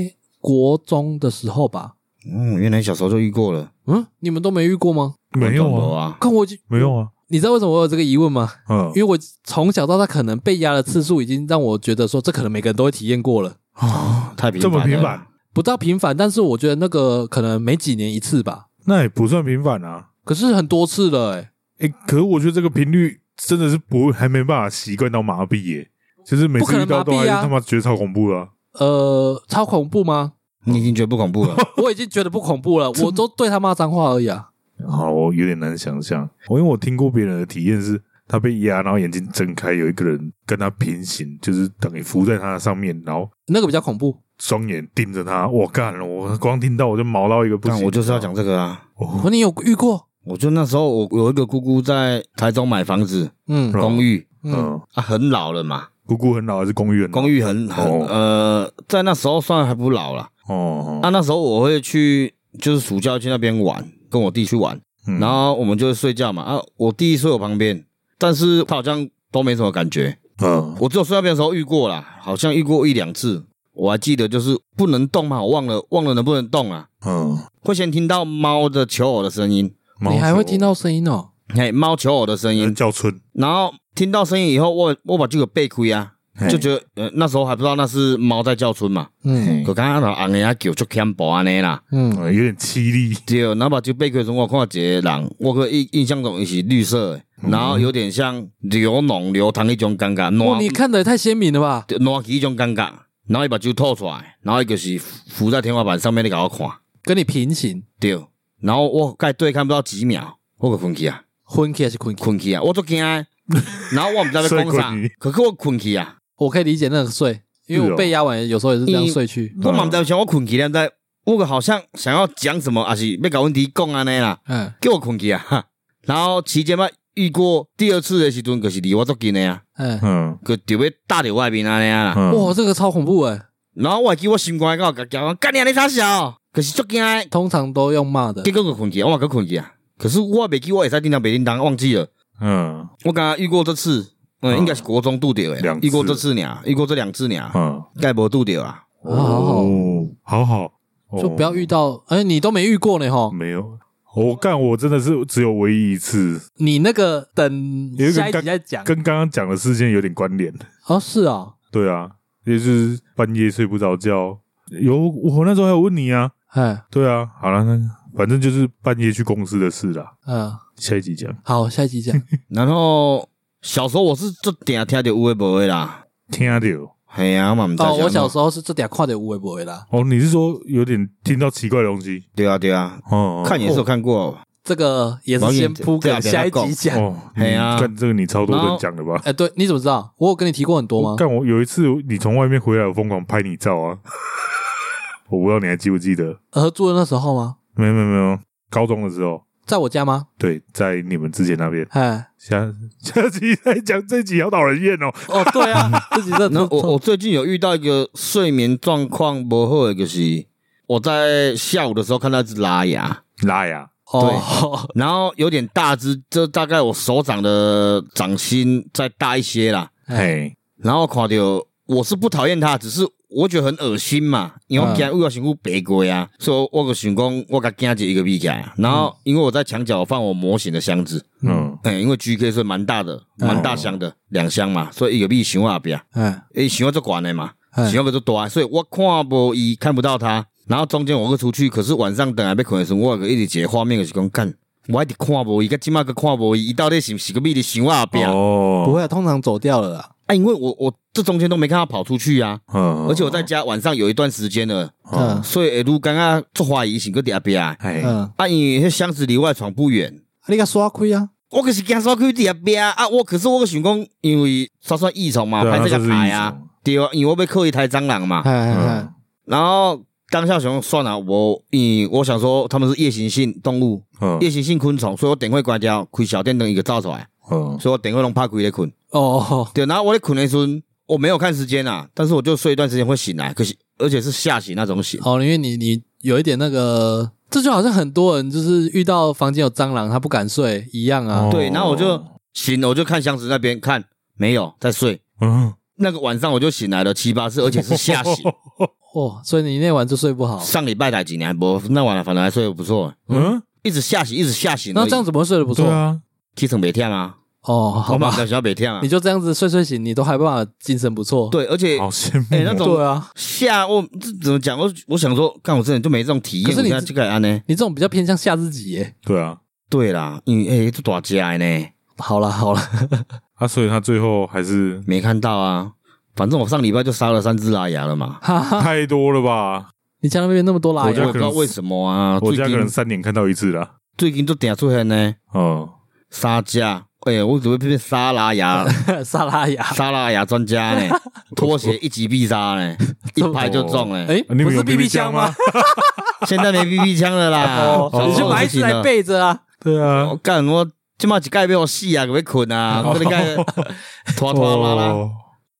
[SPEAKER 1] 国中的时候吧。
[SPEAKER 3] 嗯，原来小时候就遇过了，
[SPEAKER 1] 嗯，你们都没遇过吗？
[SPEAKER 2] 没有
[SPEAKER 3] 我懂了
[SPEAKER 2] 啊，
[SPEAKER 3] 啊，
[SPEAKER 1] 看我就，
[SPEAKER 2] 没有啊，
[SPEAKER 1] 你知道为什么我有这个疑问吗？
[SPEAKER 2] 嗯
[SPEAKER 1] 因为我从小到大可能被压的次数已经让我觉得说，这可能每个人都会体验过了。
[SPEAKER 3] 哦太频
[SPEAKER 2] 这
[SPEAKER 3] 繁
[SPEAKER 2] 么频
[SPEAKER 3] 了
[SPEAKER 2] 繁，，
[SPEAKER 1] 不到频繁，但是我觉得那个可能每几年一次吧。
[SPEAKER 2] 那也不算频繁啊。
[SPEAKER 1] 可是很多次了、欸，哎，
[SPEAKER 2] 诶，可是我觉得这个频率真的是不还没办法习惯到麻痹耶，就是每
[SPEAKER 1] 不可
[SPEAKER 2] 次
[SPEAKER 1] 能
[SPEAKER 2] 遇到都
[SPEAKER 1] 麻痹
[SPEAKER 2] 还是
[SPEAKER 1] 啊
[SPEAKER 2] 他妈觉得超恐怖的啊。
[SPEAKER 1] 呃，超恐怖吗？
[SPEAKER 3] 你已经觉得不 恐怖了，
[SPEAKER 1] 我已经觉得不恐 怖了，我都对他骂脏话而已啊。
[SPEAKER 2] 好，我有点难想象。我因为我听过别人的体验是，他被压，然后眼睛睁开，有一个人跟他平行，就是等于浮在他的上面，然后
[SPEAKER 1] 那个比较恐怖，
[SPEAKER 2] 双眼盯着他。我干，我光听到我就毛到一个不
[SPEAKER 3] 但
[SPEAKER 2] 行。
[SPEAKER 3] 我就是要讲这个啊。
[SPEAKER 1] 哦、你有遇过？
[SPEAKER 3] 我就那时候，我有一个姑姑在台中买房子，
[SPEAKER 1] 嗯
[SPEAKER 2] 嗯
[SPEAKER 3] 公寓
[SPEAKER 1] 嗯
[SPEAKER 2] 嗯，
[SPEAKER 3] 啊，很老了嘛，
[SPEAKER 2] 姑姑很老还是公寓很老？
[SPEAKER 3] 公寓很很
[SPEAKER 2] 嗯哦
[SPEAKER 3] 呃，在那时候算还不老了。
[SPEAKER 2] 哦，
[SPEAKER 3] 啊，那时候我会去，就是暑假去那边玩，跟我弟去玩，
[SPEAKER 2] 嗯
[SPEAKER 3] 然后我们就会睡觉嘛。啊，我弟睡我旁边，但是他好像都没什么感觉。
[SPEAKER 2] 嗯
[SPEAKER 3] 我只有睡那边的时候遇过啦，好像遇过一两次。我还记得就是不能动嘛，我忘了忘了能不能动啊。
[SPEAKER 2] 嗯，
[SPEAKER 3] 会先听到猫的求偶的声音，
[SPEAKER 2] 毛
[SPEAKER 1] 你还会
[SPEAKER 2] 球
[SPEAKER 1] 听到声音哦。
[SPEAKER 3] 嘿，猫求偶的声音
[SPEAKER 2] 人，叫春，
[SPEAKER 3] 然后听到声音以后，我我把这个背亏啊，就觉得呃那时候还不知道那是猫在叫春嘛，
[SPEAKER 1] 嗯
[SPEAKER 3] 可刚刚那红的啊叫就看保安的啦。
[SPEAKER 2] 得
[SPEAKER 1] 嗯
[SPEAKER 2] 有点凄厉。
[SPEAKER 3] 对，然后把这背亏中我看到一个人，我个印印象中伊是绿色的，
[SPEAKER 1] 嗯
[SPEAKER 3] 然后有点像流脓流淌一种感觉，
[SPEAKER 2] 嗯
[SPEAKER 1] 哇，哦
[SPEAKER 3] 暖
[SPEAKER 1] 你看的也太鲜明了吧？
[SPEAKER 3] 暖起一种感觉，然后伊把睭吐出来，然后伊就是浮在天花板上面咧甲我看，
[SPEAKER 1] 跟你平行，
[SPEAKER 3] 对，然后我甲伊对看不到几秒，我就困去啊，
[SPEAKER 1] 昏 K 还是困 K？
[SPEAKER 3] 困去啊，我足 惊的，然后我毋知道要讲
[SPEAKER 2] 睡
[SPEAKER 3] 啥
[SPEAKER 2] 困去，
[SPEAKER 3] 可是我困去啊。
[SPEAKER 1] 我可以理解那个睡，因为
[SPEAKER 2] 是
[SPEAKER 1] 我
[SPEAKER 2] 哦
[SPEAKER 1] 被压完有时候也是这样睡去。
[SPEAKER 3] 我嘛毋知想我困去了，但我个好像想要讲什么，还是要甲阮弟讲安尼啦，
[SPEAKER 1] 嗯，
[SPEAKER 3] 叫我困去啊。 哈然后期间嘛遇过第二次的时阵，就是离我足近的啊，
[SPEAKER 1] 嗯，
[SPEAKER 2] 嗯
[SPEAKER 3] 就就要搭着外面安尼啊啦。
[SPEAKER 2] 嗯，
[SPEAKER 1] 哇，这个超恐怖哎、
[SPEAKER 3] 然后我还记我心肝到甲讲，干你安尼啥小，可是足惊的，
[SPEAKER 1] 通常都用骂的
[SPEAKER 3] 结。果就困去，我嘛个困去啊。可是我袂记我会使叮当袂叮当，忘记了。
[SPEAKER 2] 嗯
[SPEAKER 3] 我刚刚遇过这次，嗯，
[SPEAKER 2] 嗯
[SPEAKER 3] 应该是国中拄着的
[SPEAKER 2] 两，次啊
[SPEAKER 3] 遇过这次俩，遇过这两次俩，
[SPEAKER 2] 嗯，
[SPEAKER 3] 该无拄着啊。
[SPEAKER 1] 啊好好
[SPEAKER 2] 哦，好好，哦
[SPEAKER 1] 就不要遇到，哎、你都没遇过呢哈。
[SPEAKER 2] 没有。我干，我真的是只有唯一一次，
[SPEAKER 1] 你那个等
[SPEAKER 2] 有一个
[SPEAKER 1] 下一集
[SPEAKER 2] 刚
[SPEAKER 1] 再讲
[SPEAKER 2] 跟刚刚讲的事件有点关联。
[SPEAKER 1] 哦，是啊，
[SPEAKER 2] 对啊，也就是半夜睡不着觉。有我那时候还有问你啊，
[SPEAKER 1] 哎，
[SPEAKER 2] 对啊，好了，那反正就是半夜去公司的事啦，
[SPEAKER 1] 嗯，
[SPEAKER 2] 下一集讲。
[SPEAKER 1] 好，下一集 讲。
[SPEAKER 3] 然后小时候我是足定听着有诶无诶啦，
[SPEAKER 2] 听到
[SPEAKER 3] 系啊，我嘛毋知
[SPEAKER 1] 哦，我小
[SPEAKER 3] 候
[SPEAKER 1] 时候是这点看点无微不微啦，
[SPEAKER 2] 哦，你是说有点听到奇怪的东西？
[SPEAKER 3] 对啊对啊，
[SPEAKER 2] 哦，哦
[SPEAKER 3] 看也是有看过，
[SPEAKER 1] 这个也是先铺
[SPEAKER 3] 导
[SPEAKER 1] 给
[SPEAKER 3] 演
[SPEAKER 1] 下一
[SPEAKER 3] 导
[SPEAKER 1] 集
[SPEAKER 3] 演
[SPEAKER 1] 讲。
[SPEAKER 2] 哦，
[SPEAKER 3] 嘿啊
[SPEAKER 2] 你看这个你超多
[SPEAKER 3] 然后
[SPEAKER 2] 人讲的吧？
[SPEAKER 1] 哎，对，你怎么知道？我有跟你提过很多吗？
[SPEAKER 2] 但我有一次你从外面回来，我疯狂拍你照啊， 我不知道你还记不记得？
[SPEAKER 1] 合住的那时候吗？
[SPEAKER 2] 没有没有没有，高中的时候，
[SPEAKER 1] 在我家吗？
[SPEAKER 2] 对，在你们之前那边，
[SPEAKER 1] 哎，
[SPEAKER 2] 下下集再讲这集好讨人厌哦。
[SPEAKER 1] 哦，对啊，自己这
[SPEAKER 3] 那我我最近有遇到一个睡眠状况不好的，就是我在下午的时候看到一只拉牙，
[SPEAKER 2] 拉呀，
[SPEAKER 1] 哦，
[SPEAKER 3] 然后有点大只，就大概我手掌的掌心再大一些啦，
[SPEAKER 1] 哎，
[SPEAKER 2] 嘿，
[SPEAKER 3] 然后看到我是不讨厌他，只是我觉得很恶心嘛，因为我惊我辛苦白过呀，所以我个想讲我个惊着一个比起来，然后
[SPEAKER 1] 嗯
[SPEAKER 3] 因为我在墙角放我模型的箱子，
[SPEAKER 2] 嗯，
[SPEAKER 3] 哎、因为 GK 是蛮大的，蛮大箱的，两、箱嘛，所以一个比想阿边，
[SPEAKER 1] 哎
[SPEAKER 3] 哎，想要做管的嘛，
[SPEAKER 1] 哎
[SPEAKER 3] 想要个做大，所以我看不伊看不到他，然后中间我会出去，可是晚上等下被困的时候，我个一直一个画面就是讲干，我一直看无伊，个即马个看无伊，伊到底是不是个咪伫想阿边？
[SPEAKER 1] 不
[SPEAKER 2] 哦，
[SPEAKER 1] 会啊，通常走掉了啦。
[SPEAKER 3] 啊，因为我我这中间都没看他跑出去啊，
[SPEAKER 2] 嗯，
[SPEAKER 3] 而且我在家晚上有一段时间了，
[SPEAKER 1] 嗯
[SPEAKER 3] 所以如刚刚做啊怀疑是个伫阿边啊，
[SPEAKER 2] 哦哎，
[SPEAKER 1] 嗯，啊
[SPEAKER 3] 啊，因为迄箱子离我的床不远。
[SPEAKER 1] 你给刷亏啊，
[SPEAKER 3] 我可是惊刷去伫阿边啊！我可是我个想讲，因为刷刷异常嘛，
[SPEAKER 2] 对啊
[SPEAKER 3] 拍这
[SPEAKER 2] 它就
[SPEAKER 3] 个
[SPEAKER 2] 是
[SPEAKER 3] 牌
[SPEAKER 2] 异
[SPEAKER 3] 啊
[SPEAKER 2] 常，
[SPEAKER 3] 对啊，因为我被扣一台蟑螂嘛
[SPEAKER 1] 哎。哎哎
[SPEAKER 2] 嗯，
[SPEAKER 3] 然后当下想说算了，我因为我想说他们是夜行性动物，
[SPEAKER 2] 嗯
[SPEAKER 3] 夜行性昆虫，所以我电会关掉，开小电灯一个照出来，
[SPEAKER 2] 嗯，
[SPEAKER 3] 所以我电会拢拍开咧困。
[SPEAKER 1] 哦哦，
[SPEAKER 3] 对，然后我咧困的时阵，我没有看时间啊，但是我就睡一段时间会醒来，可是而且是吓醒那种醒。
[SPEAKER 1] 哦，因为你你有一点那个，这就好像很多人就是遇到房间有蟑螂，他不敢睡一样啊。
[SPEAKER 2] 哦
[SPEAKER 3] 对，然后我就醒了，我就看箱子那边看没有在睡。
[SPEAKER 2] 嗯，
[SPEAKER 3] 那个晚上我就醒来了七八次，而且是吓醒。
[SPEAKER 1] 哦，所以你那晚就睡不好。
[SPEAKER 3] 哦上礼拜来几年，我那晚了，反正还睡得不错，
[SPEAKER 2] 嗯，
[SPEAKER 3] 一直吓醒，一直吓醒而已。
[SPEAKER 1] 那这样怎么会睡得不
[SPEAKER 2] 对
[SPEAKER 1] 错？
[SPEAKER 2] 啊，
[SPEAKER 3] 起床没跳啊？
[SPEAKER 1] 哦，好
[SPEAKER 3] 我
[SPEAKER 1] 吧
[SPEAKER 3] 嘛，小小没跳啊
[SPEAKER 1] 你。就这样子睡睡醒，你都还不法精神不错。
[SPEAKER 3] 对，而且
[SPEAKER 2] 好羡慕，哦
[SPEAKER 3] 哎，那种
[SPEAKER 1] 对啊，
[SPEAKER 3] 吓我这怎么讲？我我想说，干我这人就没这种体验，
[SPEAKER 1] 可是你
[SPEAKER 3] 我现在就敢安呢？
[SPEAKER 1] 你这种比较偏向吓自己耶。
[SPEAKER 2] 对啊，
[SPEAKER 3] 对啦，因为哎，这大家呢
[SPEAKER 1] 好了好了，
[SPEAKER 2] 啊，所以他最后还是
[SPEAKER 3] 没看到啊。反正我上礼拜就杀了三只拉牙了嘛，
[SPEAKER 1] 哈哈，
[SPEAKER 2] 太多了吧？
[SPEAKER 1] 你家那边那么多拉
[SPEAKER 3] 我
[SPEAKER 2] 我
[SPEAKER 3] 也
[SPEAKER 2] 家
[SPEAKER 1] 牙
[SPEAKER 3] 不
[SPEAKER 2] 可能
[SPEAKER 3] 知道为什么
[SPEAKER 1] 哦
[SPEAKER 3] 啊。
[SPEAKER 2] 我
[SPEAKER 3] 最
[SPEAKER 2] 家可能
[SPEAKER 3] 近
[SPEAKER 2] 三年看到一次啦。
[SPEAKER 3] 最近都点出现呢，
[SPEAKER 2] 嗯，
[SPEAKER 3] 杀价。哎，我怎么变成杀拉牙、
[SPEAKER 1] 沙拉牙，
[SPEAKER 3] 杀拉牙专家 呢？拖鞋一击必杀呢，一拍就中呢。
[SPEAKER 1] 哎，
[SPEAKER 2] 你
[SPEAKER 1] 不
[SPEAKER 2] 们
[SPEAKER 1] 是
[SPEAKER 2] 有
[SPEAKER 1] BB
[SPEAKER 2] BB
[SPEAKER 1] 枪
[SPEAKER 2] 枪
[SPEAKER 1] 吗
[SPEAKER 2] 吗？
[SPEAKER 3] 现在没 BB 枪了啦
[SPEAKER 1] 哦，，
[SPEAKER 3] 小
[SPEAKER 1] 你
[SPEAKER 3] 时
[SPEAKER 1] 就
[SPEAKER 3] 候
[SPEAKER 1] 买
[SPEAKER 3] 的
[SPEAKER 1] 起
[SPEAKER 3] 事情
[SPEAKER 1] 来
[SPEAKER 3] 了。
[SPEAKER 1] 备着啊。
[SPEAKER 2] 对啊
[SPEAKER 3] 我，干我今嘛一盖被我死啊，给被困啊， 我这盖拖拖拉 拉。
[SPEAKER 2] 哦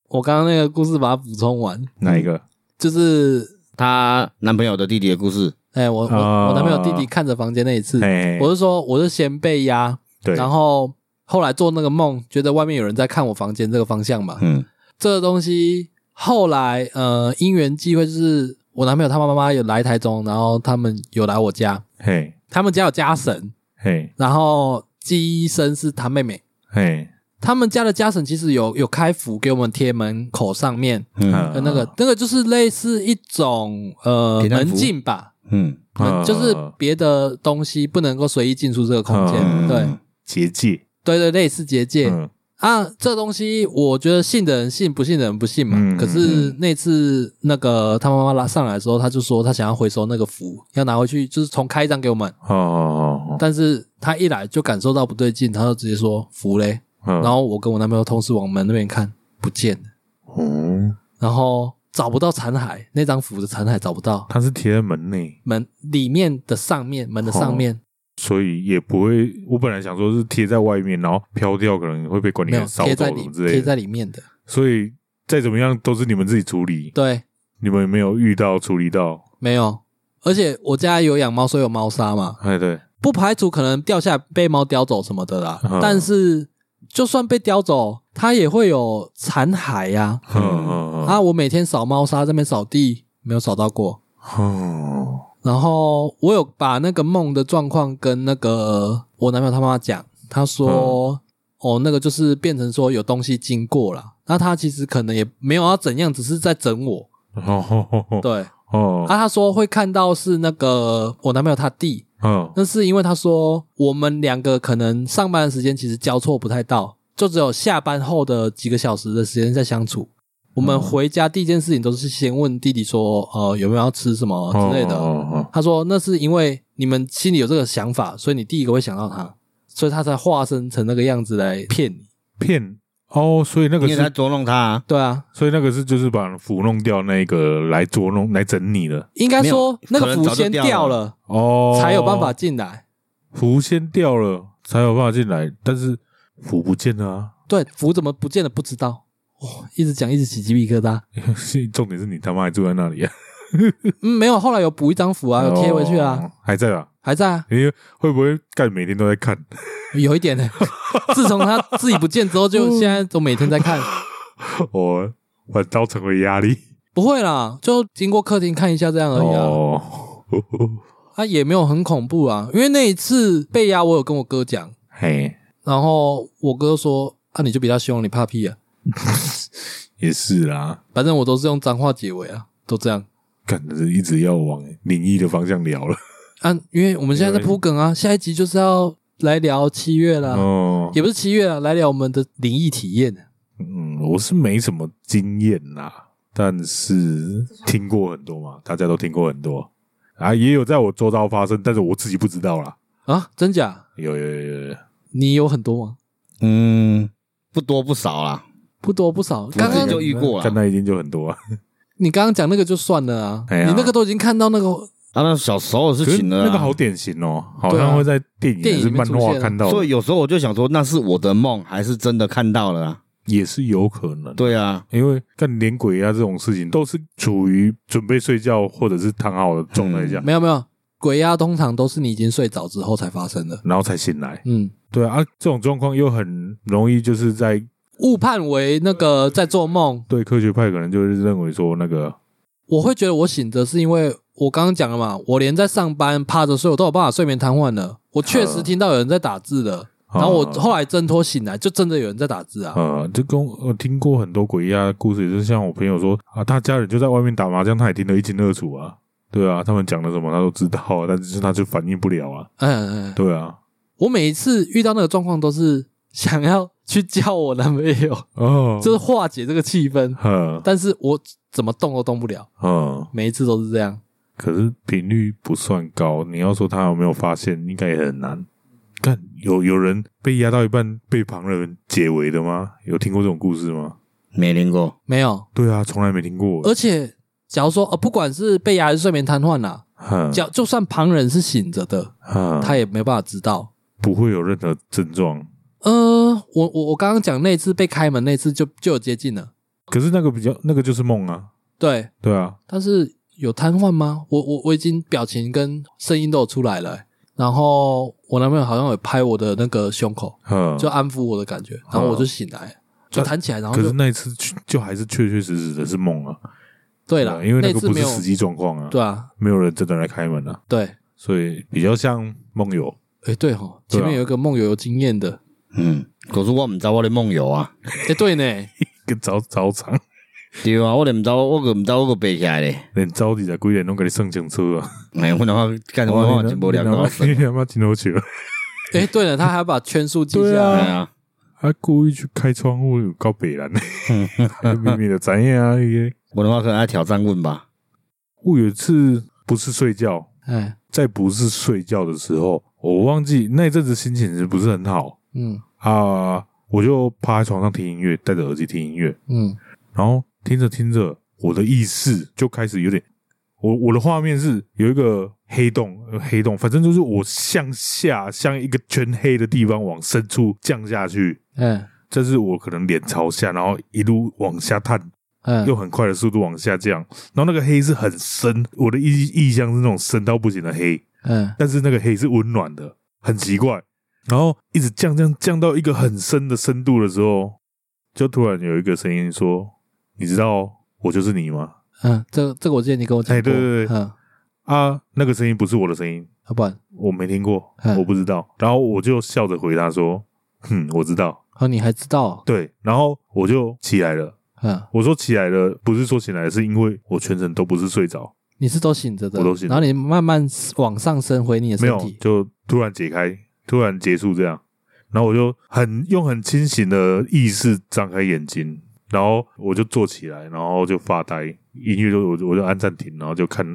[SPEAKER 1] 我刚刚那个故事把它补充完，
[SPEAKER 2] 哪一个？
[SPEAKER 1] 就是，
[SPEAKER 3] 她男朋友的弟弟的故事，
[SPEAKER 1] 哎，我我
[SPEAKER 2] 啊
[SPEAKER 1] 我男朋友弟弟看着房间那一次，
[SPEAKER 2] 哎，
[SPEAKER 1] 嗯我是说我是先被压，
[SPEAKER 2] 对，
[SPEAKER 1] 然后后来做那个梦，觉得外面有人在看我房间这个方向嘛。
[SPEAKER 3] 嗯，
[SPEAKER 1] 这个东西后来呃因缘际会，就是我男朋友他妈妈有来台中，然后他们有来我家，
[SPEAKER 2] 嘿
[SPEAKER 1] 他们家有家神，
[SPEAKER 2] 嘿
[SPEAKER 1] 然后鸡生是他妹妹。
[SPEAKER 2] 嘿，
[SPEAKER 1] 他们家的家神其实有有开符给我们贴门口上面
[SPEAKER 3] 嗯
[SPEAKER 1] 的那个，那个就是类似一种呃
[SPEAKER 3] 平安符
[SPEAKER 1] 门禁吧，
[SPEAKER 3] 嗯
[SPEAKER 1] 门
[SPEAKER 2] 啊
[SPEAKER 1] 就是别的东西不能够随意进出这个空间，
[SPEAKER 3] 啊
[SPEAKER 2] 嗯
[SPEAKER 1] 对
[SPEAKER 2] 结界，
[SPEAKER 1] 对对，类似结界，
[SPEAKER 2] 嗯
[SPEAKER 1] 啊，这东西我觉得信的人信，不信的人不信嘛。
[SPEAKER 2] 嗯
[SPEAKER 1] 可是那次那个他妈妈拉上来的时候，他就说他想要回收那个符，要拿回去，就是重开一张给我们。
[SPEAKER 2] 哦哦
[SPEAKER 1] 但是他一来就感受到不对劲，他就直接说符嘞。
[SPEAKER 2] 哦，
[SPEAKER 1] 然后我跟我男朋友同时往门那边看，不见了，
[SPEAKER 2] 哦，
[SPEAKER 1] 然后找不到残骸，那张符的残骸找不到，
[SPEAKER 2] 它是贴在门内，
[SPEAKER 1] 门里面的上面，门的
[SPEAKER 2] 哦
[SPEAKER 1] 上面、
[SPEAKER 2] 所以也不会。我本来想说是贴在外面，然后飘掉，可能会被管理
[SPEAKER 1] 没有
[SPEAKER 2] 员烧
[SPEAKER 1] 贴在
[SPEAKER 2] 走什
[SPEAKER 1] 里
[SPEAKER 2] 么之类
[SPEAKER 1] 贴在
[SPEAKER 2] 的。
[SPEAKER 1] 里面的，
[SPEAKER 2] 所以再怎么样都是你们自己处理，
[SPEAKER 1] 对，
[SPEAKER 2] 你们没有遇到处理到。
[SPEAKER 1] 没有。而且我家有养猫，所以有猫砂嘛。
[SPEAKER 2] 哎，对，
[SPEAKER 1] 不排除可能掉下来被猫叼走什么的啦，
[SPEAKER 2] 嗯
[SPEAKER 1] 但是就算被叼走，它也会有残骸呀、
[SPEAKER 2] 嗯嗯
[SPEAKER 1] 啊，我每天扫猫砂这边扫地，没有扫到过。
[SPEAKER 2] 嗯，
[SPEAKER 1] 然后我有把那个梦的状况跟那个我男朋友他妈妈讲，他
[SPEAKER 2] 嗯
[SPEAKER 1] 说、哦，那个就是变成说有东西经过了，那他其实可能也没有要怎样，只是在整我。
[SPEAKER 2] 哦
[SPEAKER 1] 对，
[SPEAKER 2] 哦
[SPEAKER 1] 啊，他说会看到是那个我男朋友他弟，
[SPEAKER 2] 哦，
[SPEAKER 1] 那是因为他说我们两个可能上班的时间其实交错不太到，就只有下班后的几个小时的时间在相处。我
[SPEAKER 3] 哦
[SPEAKER 1] 们回家第一件事情都是先问弟弟说，呃，有没有要吃什么之类的。
[SPEAKER 2] 哦
[SPEAKER 1] 他说那是因为你们心里有这个想法，所以你第一个会想到他，所以他才化身成那个样子来骗你。
[SPEAKER 2] 骗哦，所以那
[SPEAKER 3] 因
[SPEAKER 2] 个
[SPEAKER 3] 为他
[SPEAKER 2] 是，
[SPEAKER 3] 捉弄他啊，
[SPEAKER 1] 对啊，
[SPEAKER 2] 所以那个是就是把符弄掉那个来捉弄来整你的
[SPEAKER 1] 应该说
[SPEAKER 3] 没
[SPEAKER 1] 那
[SPEAKER 3] 有
[SPEAKER 1] 个符
[SPEAKER 3] 可能早就
[SPEAKER 1] 先
[SPEAKER 3] 掉
[SPEAKER 1] 掉了，
[SPEAKER 2] 哦，
[SPEAKER 1] 才有办法进来。
[SPEAKER 2] 符先掉了才有办法进来，但是符不见了啊。
[SPEAKER 1] 对，符怎么不见了不知道。哦，一直讲一直起鸡皮疙瘩。
[SPEAKER 2] 是重点是你他妈还住在那里啊？
[SPEAKER 1] 嗯，没有，后来有补一张符啊，有贴回去啊。
[SPEAKER 2] 哦，还在吧？
[SPEAKER 1] 还在啊，
[SPEAKER 2] 因为会不会干每天都在看？
[SPEAKER 1] 有一
[SPEAKER 2] 嗯
[SPEAKER 1] 点呢、自从他自己不见之后，就现在都每天在看。
[SPEAKER 2] 我反倒成为压力。
[SPEAKER 1] 不会啦，就经过客厅看一下这样而已啊。
[SPEAKER 2] 哦，
[SPEAKER 1] 啊，也没有很恐怖啊，因为那一次被压，我有跟我哥讲，
[SPEAKER 2] 嘿，
[SPEAKER 1] 然后我哥说：“啊，你就比他凶，你怕屁啊
[SPEAKER 2] 也是啦，！”
[SPEAKER 1] 反正我都是用脏话结尾啊，都这样
[SPEAKER 2] 感觉一直要往灵异的方向聊了。
[SPEAKER 1] 啊。因为我们现在在铺梗啊，下一集就是要来聊七月啦，
[SPEAKER 2] 哦，
[SPEAKER 1] 也不是七月啊啦，来聊我们的灵异体验。
[SPEAKER 2] 嗯，我是没什么经验啦，但是听过很多嘛，大家都听过很多啊，也有在我周遭发生，但是我自己不知道啦。
[SPEAKER 1] 啊，真假？
[SPEAKER 2] 有有有有有，
[SPEAKER 1] 你有很多吗？
[SPEAKER 3] 嗯，不多不少啦，
[SPEAKER 1] 不多不少。
[SPEAKER 3] 我
[SPEAKER 1] 刚
[SPEAKER 3] 自己
[SPEAKER 1] 刚
[SPEAKER 3] 就遇过
[SPEAKER 2] 看
[SPEAKER 3] 了。
[SPEAKER 2] 那一定就很多啊。
[SPEAKER 1] 你刚刚讲那个就算了啊，
[SPEAKER 2] 哎呀
[SPEAKER 1] 你那个都已经看到那个，
[SPEAKER 3] 啊，那小时候的
[SPEAKER 2] 可
[SPEAKER 3] 事
[SPEAKER 2] 是
[SPEAKER 3] 情了啊，
[SPEAKER 2] 那个好典型哦，好
[SPEAKER 1] 啊
[SPEAKER 2] 像会在电影还是漫画看到的，
[SPEAKER 3] 所以有时候我就想说，那是我的梦，还是真的看到了啊？
[SPEAKER 2] 也是有可能。
[SPEAKER 3] 对啊，
[SPEAKER 2] 因为干连鬼啊这种事情，都是处于准备睡觉或者是躺好的状态下，
[SPEAKER 1] 没有没有，鬼压通常都是你已经睡着之后才发生的。
[SPEAKER 2] 然后才醒来。
[SPEAKER 1] 嗯，
[SPEAKER 2] 对啊，啊这种状况又很容易就是在
[SPEAKER 1] 误判为那个在做梦，
[SPEAKER 2] 对科学派可能就是认为说那个
[SPEAKER 1] 我会觉得我醒着是因为我刚刚讲了嘛，我连在上班趴着睡，我都有办法睡眠瘫痪了。我确实听到有人在打字了，
[SPEAKER 2] 啊
[SPEAKER 1] 然后我后来挣脱醒来，就真的有人在打字啊。
[SPEAKER 2] 呃，就跟我听过很多鬼压故事，也是像我朋友说啊，他家人就在外面打麻将，他也听得一清二楚啊。对啊，他们讲的什么他都知道啊，但是他就反应不了啊。
[SPEAKER 1] 嗯嗯，嗯
[SPEAKER 2] 对啊，
[SPEAKER 1] 我每一次遇到那个状况都是想要去叫我男朋友，
[SPEAKER 2] 哦，
[SPEAKER 1] 就是化解这个气氛，
[SPEAKER 2] 呃
[SPEAKER 1] 但是我怎么动都动不了，
[SPEAKER 2] 呃，
[SPEAKER 1] 每一次都是这样。
[SPEAKER 2] 可是频率不算高，你要说他有没有发现，应该也很难。看有有人被压到一半被旁人解围的吗？有听过这种故事吗？
[SPEAKER 3] 没听过。
[SPEAKER 1] 没有，
[SPEAKER 2] 对啊，从来没听过。
[SPEAKER 1] 而且假如说呃，不管是被压还是睡眠瘫痪啦，
[SPEAKER 2] 哼
[SPEAKER 1] 假就算旁人是醒着的，
[SPEAKER 2] 哼
[SPEAKER 1] 他也没办法知道。
[SPEAKER 2] 不会有任何症状。
[SPEAKER 1] 呃，我我我刚刚讲那次被开门那次就就有接近了，
[SPEAKER 2] 可是那个比较，那个就是梦啊，
[SPEAKER 1] 对，
[SPEAKER 2] 对啊，
[SPEAKER 1] 但是有瘫痪吗？我我我已经表情跟声音都有出来了欸、然后我男朋友好像有拍我的那个胸口，
[SPEAKER 2] 嗯，哦
[SPEAKER 1] 就安抚我的感觉，然后我就醒来，就弹起来，然后
[SPEAKER 2] 可是
[SPEAKER 1] 就
[SPEAKER 2] 那一次确就还是确确实实的是梦啊，
[SPEAKER 1] 对了，
[SPEAKER 2] 因为那
[SPEAKER 1] 那
[SPEAKER 2] 个
[SPEAKER 1] 次
[SPEAKER 2] 不
[SPEAKER 1] 没
[SPEAKER 2] 是
[SPEAKER 1] 有
[SPEAKER 2] 实际状况啊，
[SPEAKER 1] 对啊，
[SPEAKER 2] 没有人真的来开门啊，
[SPEAKER 1] 对，
[SPEAKER 2] 所以比较像梦游。
[SPEAKER 1] 哎对吼，
[SPEAKER 2] 对啊
[SPEAKER 1] 前面有一个梦游有经验的，
[SPEAKER 3] 嗯，可是我唔知我的梦游啊，
[SPEAKER 1] 哎对呢，
[SPEAKER 2] 跟早早场，
[SPEAKER 3] 对啊，我连唔知我个唔知我个背起来咧。
[SPEAKER 2] 连早起来几点拢给你上警车啊！
[SPEAKER 3] 哎，我他妈干什么？我真无聊到死
[SPEAKER 2] 哦 你。他妈进头去了，
[SPEAKER 1] 哎对了，他还把圈数记
[SPEAKER 2] 对
[SPEAKER 1] 下
[SPEAKER 2] 啊
[SPEAKER 1] 来，
[SPEAKER 3] 哎呀，
[SPEAKER 2] 还故意去开窗户有告北兰，
[SPEAKER 3] 嗯
[SPEAKER 2] 明明的咱也啊，那个
[SPEAKER 3] 我他妈可能爱挑战问吧。
[SPEAKER 2] 我有一次不是睡觉，
[SPEAKER 1] 哎
[SPEAKER 2] 在不是睡觉的时候，我忘记那一阵子心情是不是很好
[SPEAKER 1] 嗯
[SPEAKER 2] 啊，我就趴在床上听音乐，戴着耳机听音乐，
[SPEAKER 1] 嗯
[SPEAKER 2] 然后听着听着，我的意识就开始有点，我我的画面是有一个黑洞，呃黑洞，反正就是我向下，向一个全黑的地方往深处降下去，
[SPEAKER 1] 哎
[SPEAKER 2] 这是我可能脸朝下，然后一路往下探，
[SPEAKER 1] 哎
[SPEAKER 2] 又很快的速度往下降，然后那个黑是很深，我的意意象是那种深到不行的黑，
[SPEAKER 1] 哎
[SPEAKER 2] 但是那个黑是温暖的，很奇怪。然后一直降降降到一个很深的深度的时候，就突然有一个声音说：“你知道哦我就是你吗
[SPEAKER 1] 嗯，这个这个我记得你跟我讲
[SPEAKER 2] 哎
[SPEAKER 1] 过，
[SPEAKER 2] 对对对
[SPEAKER 1] 嗯。？”
[SPEAKER 2] 啊，那个声音不是我的声音，
[SPEAKER 1] 要不然，
[SPEAKER 2] 我没听过
[SPEAKER 1] 嗯，
[SPEAKER 2] 我不知道。然后我就笑着回答说：“哼，我知道。
[SPEAKER 1] 哦，你还知道哦？”
[SPEAKER 2] 对，然后我就起来了。
[SPEAKER 1] 嗯，
[SPEAKER 2] 我说起来了，不是说起来，是因为我全程都不是睡着，
[SPEAKER 1] 你是都醒着的，
[SPEAKER 2] 我都醒着
[SPEAKER 1] 然后你慢慢往上升回你的
[SPEAKER 2] 没
[SPEAKER 1] 身
[SPEAKER 2] 有
[SPEAKER 1] 体，
[SPEAKER 2] 就突然解开，突然结束这样。然后我就很用很清醒的意识张开眼睛，然后我就坐起来，然后就发呆，音乐就我就我就按暂停，然后就看，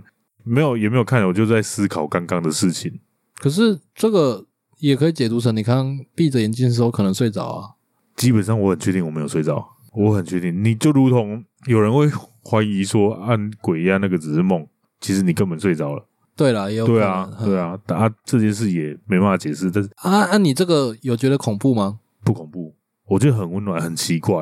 [SPEAKER 2] 没有也没有看，我就在思考刚刚的事情。
[SPEAKER 1] 可是这个也可以解读成你刚刚闭着眼睛的时候可能睡着啊。
[SPEAKER 2] 基本上我很确定我没有睡着，我很确定。你就如同有人会 怀疑说，按、鬼压那个只是梦，其实你根本睡着了。
[SPEAKER 1] 对啦，也有
[SPEAKER 2] 对啊
[SPEAKER 1] 可，能
[SPEAKER 2] 对，啊，但啊这件事也没办法解释，但是
[SPEAKER 1] 嗯啊啊，你这个有觉得恐怖吗？
[SPEAKER 2] 不恐怖，我觉得很温暖，很奇怪。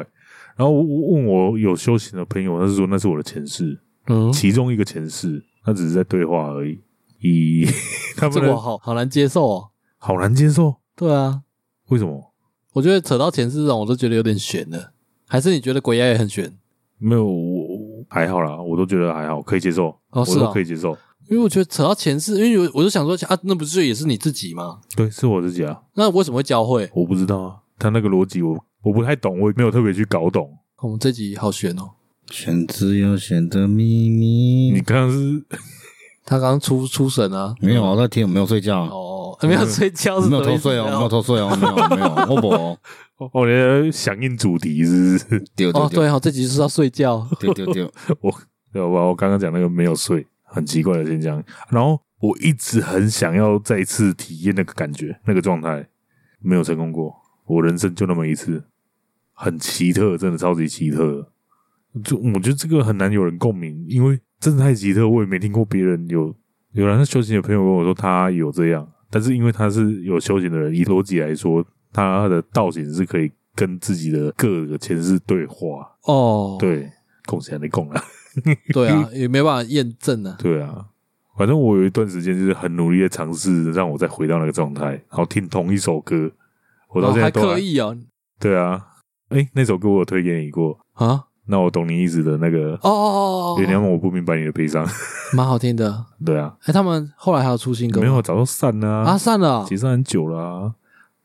[SPEAKER 2] 然后我我问我有修行的朋友，他是说那是我的前世，
[SPEAKER 1] 嗯，
[SPEAKER 2] 其中一个前世，他只是在对话而已。 咦，他
[SPEAKER 1] 这
[SPEAKER 2] 们
[SPEAKER 1] 个我
[SPEAKER 2] 的
[SPEAKER 1] 好好难接受哦。
[SPEAKER 2] 好难接受，
[SPEAKER 1] 对啊，
[SPEAKER 2] 为什么？
[SPEAKER 1] 我觉得扯到前世这种，我都觉得有点悬了。还是你觉得鬼压也很悬？
[SPEAKER 2] 没有，我我还好啦，我都觉得还好，可以接受，
[SPEAKER 1] 哦
[SPEAKER 2] 我
[SPEAKER 1] 是
[SPEAKER 2] 都
[SPEAKER 1] 哦
[SPEAKER 2] 可以接受。
[SPEAKER 1] 因为我觉得扯到前世，因为我我就想说啊，那不是也是你自己吗？
[SPEAKER 2] 对，是我自己啊，
[SPEAKER 1] 那为什么会教会？
[SPEAKER 2] 我不知道啊，他那个逻辑我我不太懂，我也没有特别去搞懂。
[SPEAKER 1] 我们这集好悬哦！
[SPEAKER 3] 全知有选的秘
[SPEAKER 1] 嗯
[SPEAKER 3] 密
[SPEAKER 2] 你。刚刚是
[SPEAKER 1] 他刚刚出出神啊，
[SPEAKER 3] 没有啊，我在听，我没有睡觉啊，
[SPEAKER 1] 哦，没有睡觉是
[SPEAKER 3] 没有
[SPEAKER 1] 什么
[SPEAKER 3] 偷
[SPEAKER 1] 意思
[SPEAKER 3] 睡哦，没有偷睡哦，没有 没有，我不哦，
[SPEAKER 2] 我连响应主题是不是？
[SPEAKER 3] 丢丢
[SPEAKER 1] 哦，
[SPEAKER 3] 丢
[SPEAKER 1] 对哦，这集就是要睡觉。
[SPEAKER 3] 丢丢丢，
[SPEAKER 2] 对吧？我刚刚讲那个没有睡，很奇怪的现象。然后我一直很想要再次体验那个感觉、那个状态，没有成功过。我人生就那么一次，很奇特，真的超级奇特的。就我觉得这个很难有人共鸣，因为真的太奇特，我也没听过别人有有人修行的朋友跟我说他有这样，但是因为他是有修行的人，以逻辑来说，他的道行是可以跟自己的各个前世对话，
[SPEAKER 1] 哦，
[SPEAKER 2] 对，共享的共了。
[SPEAKER 1] 对啊，也没办法验证啊。
[SPEAKER 2] 对啊，反正我有一段时间就是很努力的尝试让我再回到那个状态，然后听同一首歌，我到
[SPEAKER 1] 哦
[SPEAKER 2] 现在
[SPEAKER 1] 还
[SPEAKER 2] 都还、
[SPEAKER 1] 可以哦
[SPEAKER 2] 对啊，哎、那首歌我有推给你过，
[SPEAKER 1] 啊，
[SPEAKER 2] 那我懂你意思的那个，
[SPEAKER 1] 哦哦哦哦
[SPEAKER 2] 原谅
[SPEAKER 1] 哦，
[SPEAKER 2] 我不明白你的悲伤，
[SPEAKER 1] 蛮好听的。
[SPEAKER 2] 对啊，
[SPEAKER 1] 哎，他们后来还有出新歌吗
[SPEAKER 2] 没有早就散了
[SPEAKER 1] 啊？散了哦
[SPEAKER 2] 解散很久了、啊，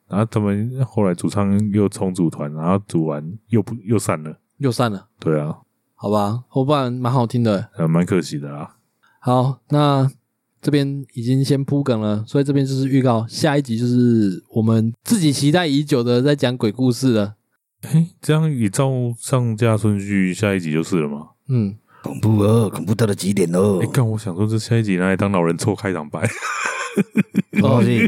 [SPEAKER 2] 然后他们后来主唱又重组团，然后组完又不又散了，
[SPEAKER 1] 又散了，
[SPEAKER 2] 对啊，
[SPEAKER 1] 好吧，后半蛮好听的。
[SPEAKER 2] 呃，蛮可惜的啦，
[SPEAKER 1] 好，那这边已经先铺梗了，所以这边就是预告，下一集就是我们自己期待已久的在讲鬼故事了。
[SPEAKER 2] 这样你照上架顺序，下一集就是了吗？
[SPEAKER 1] 嗯，
[SPEAKER 3] 恐怖哦，恐怖到了极点哦
[SPEAKER 2] 哎、，干，我想说这下一集拿来当老人抽开场白。
[SPEAKER 3] 什么东西？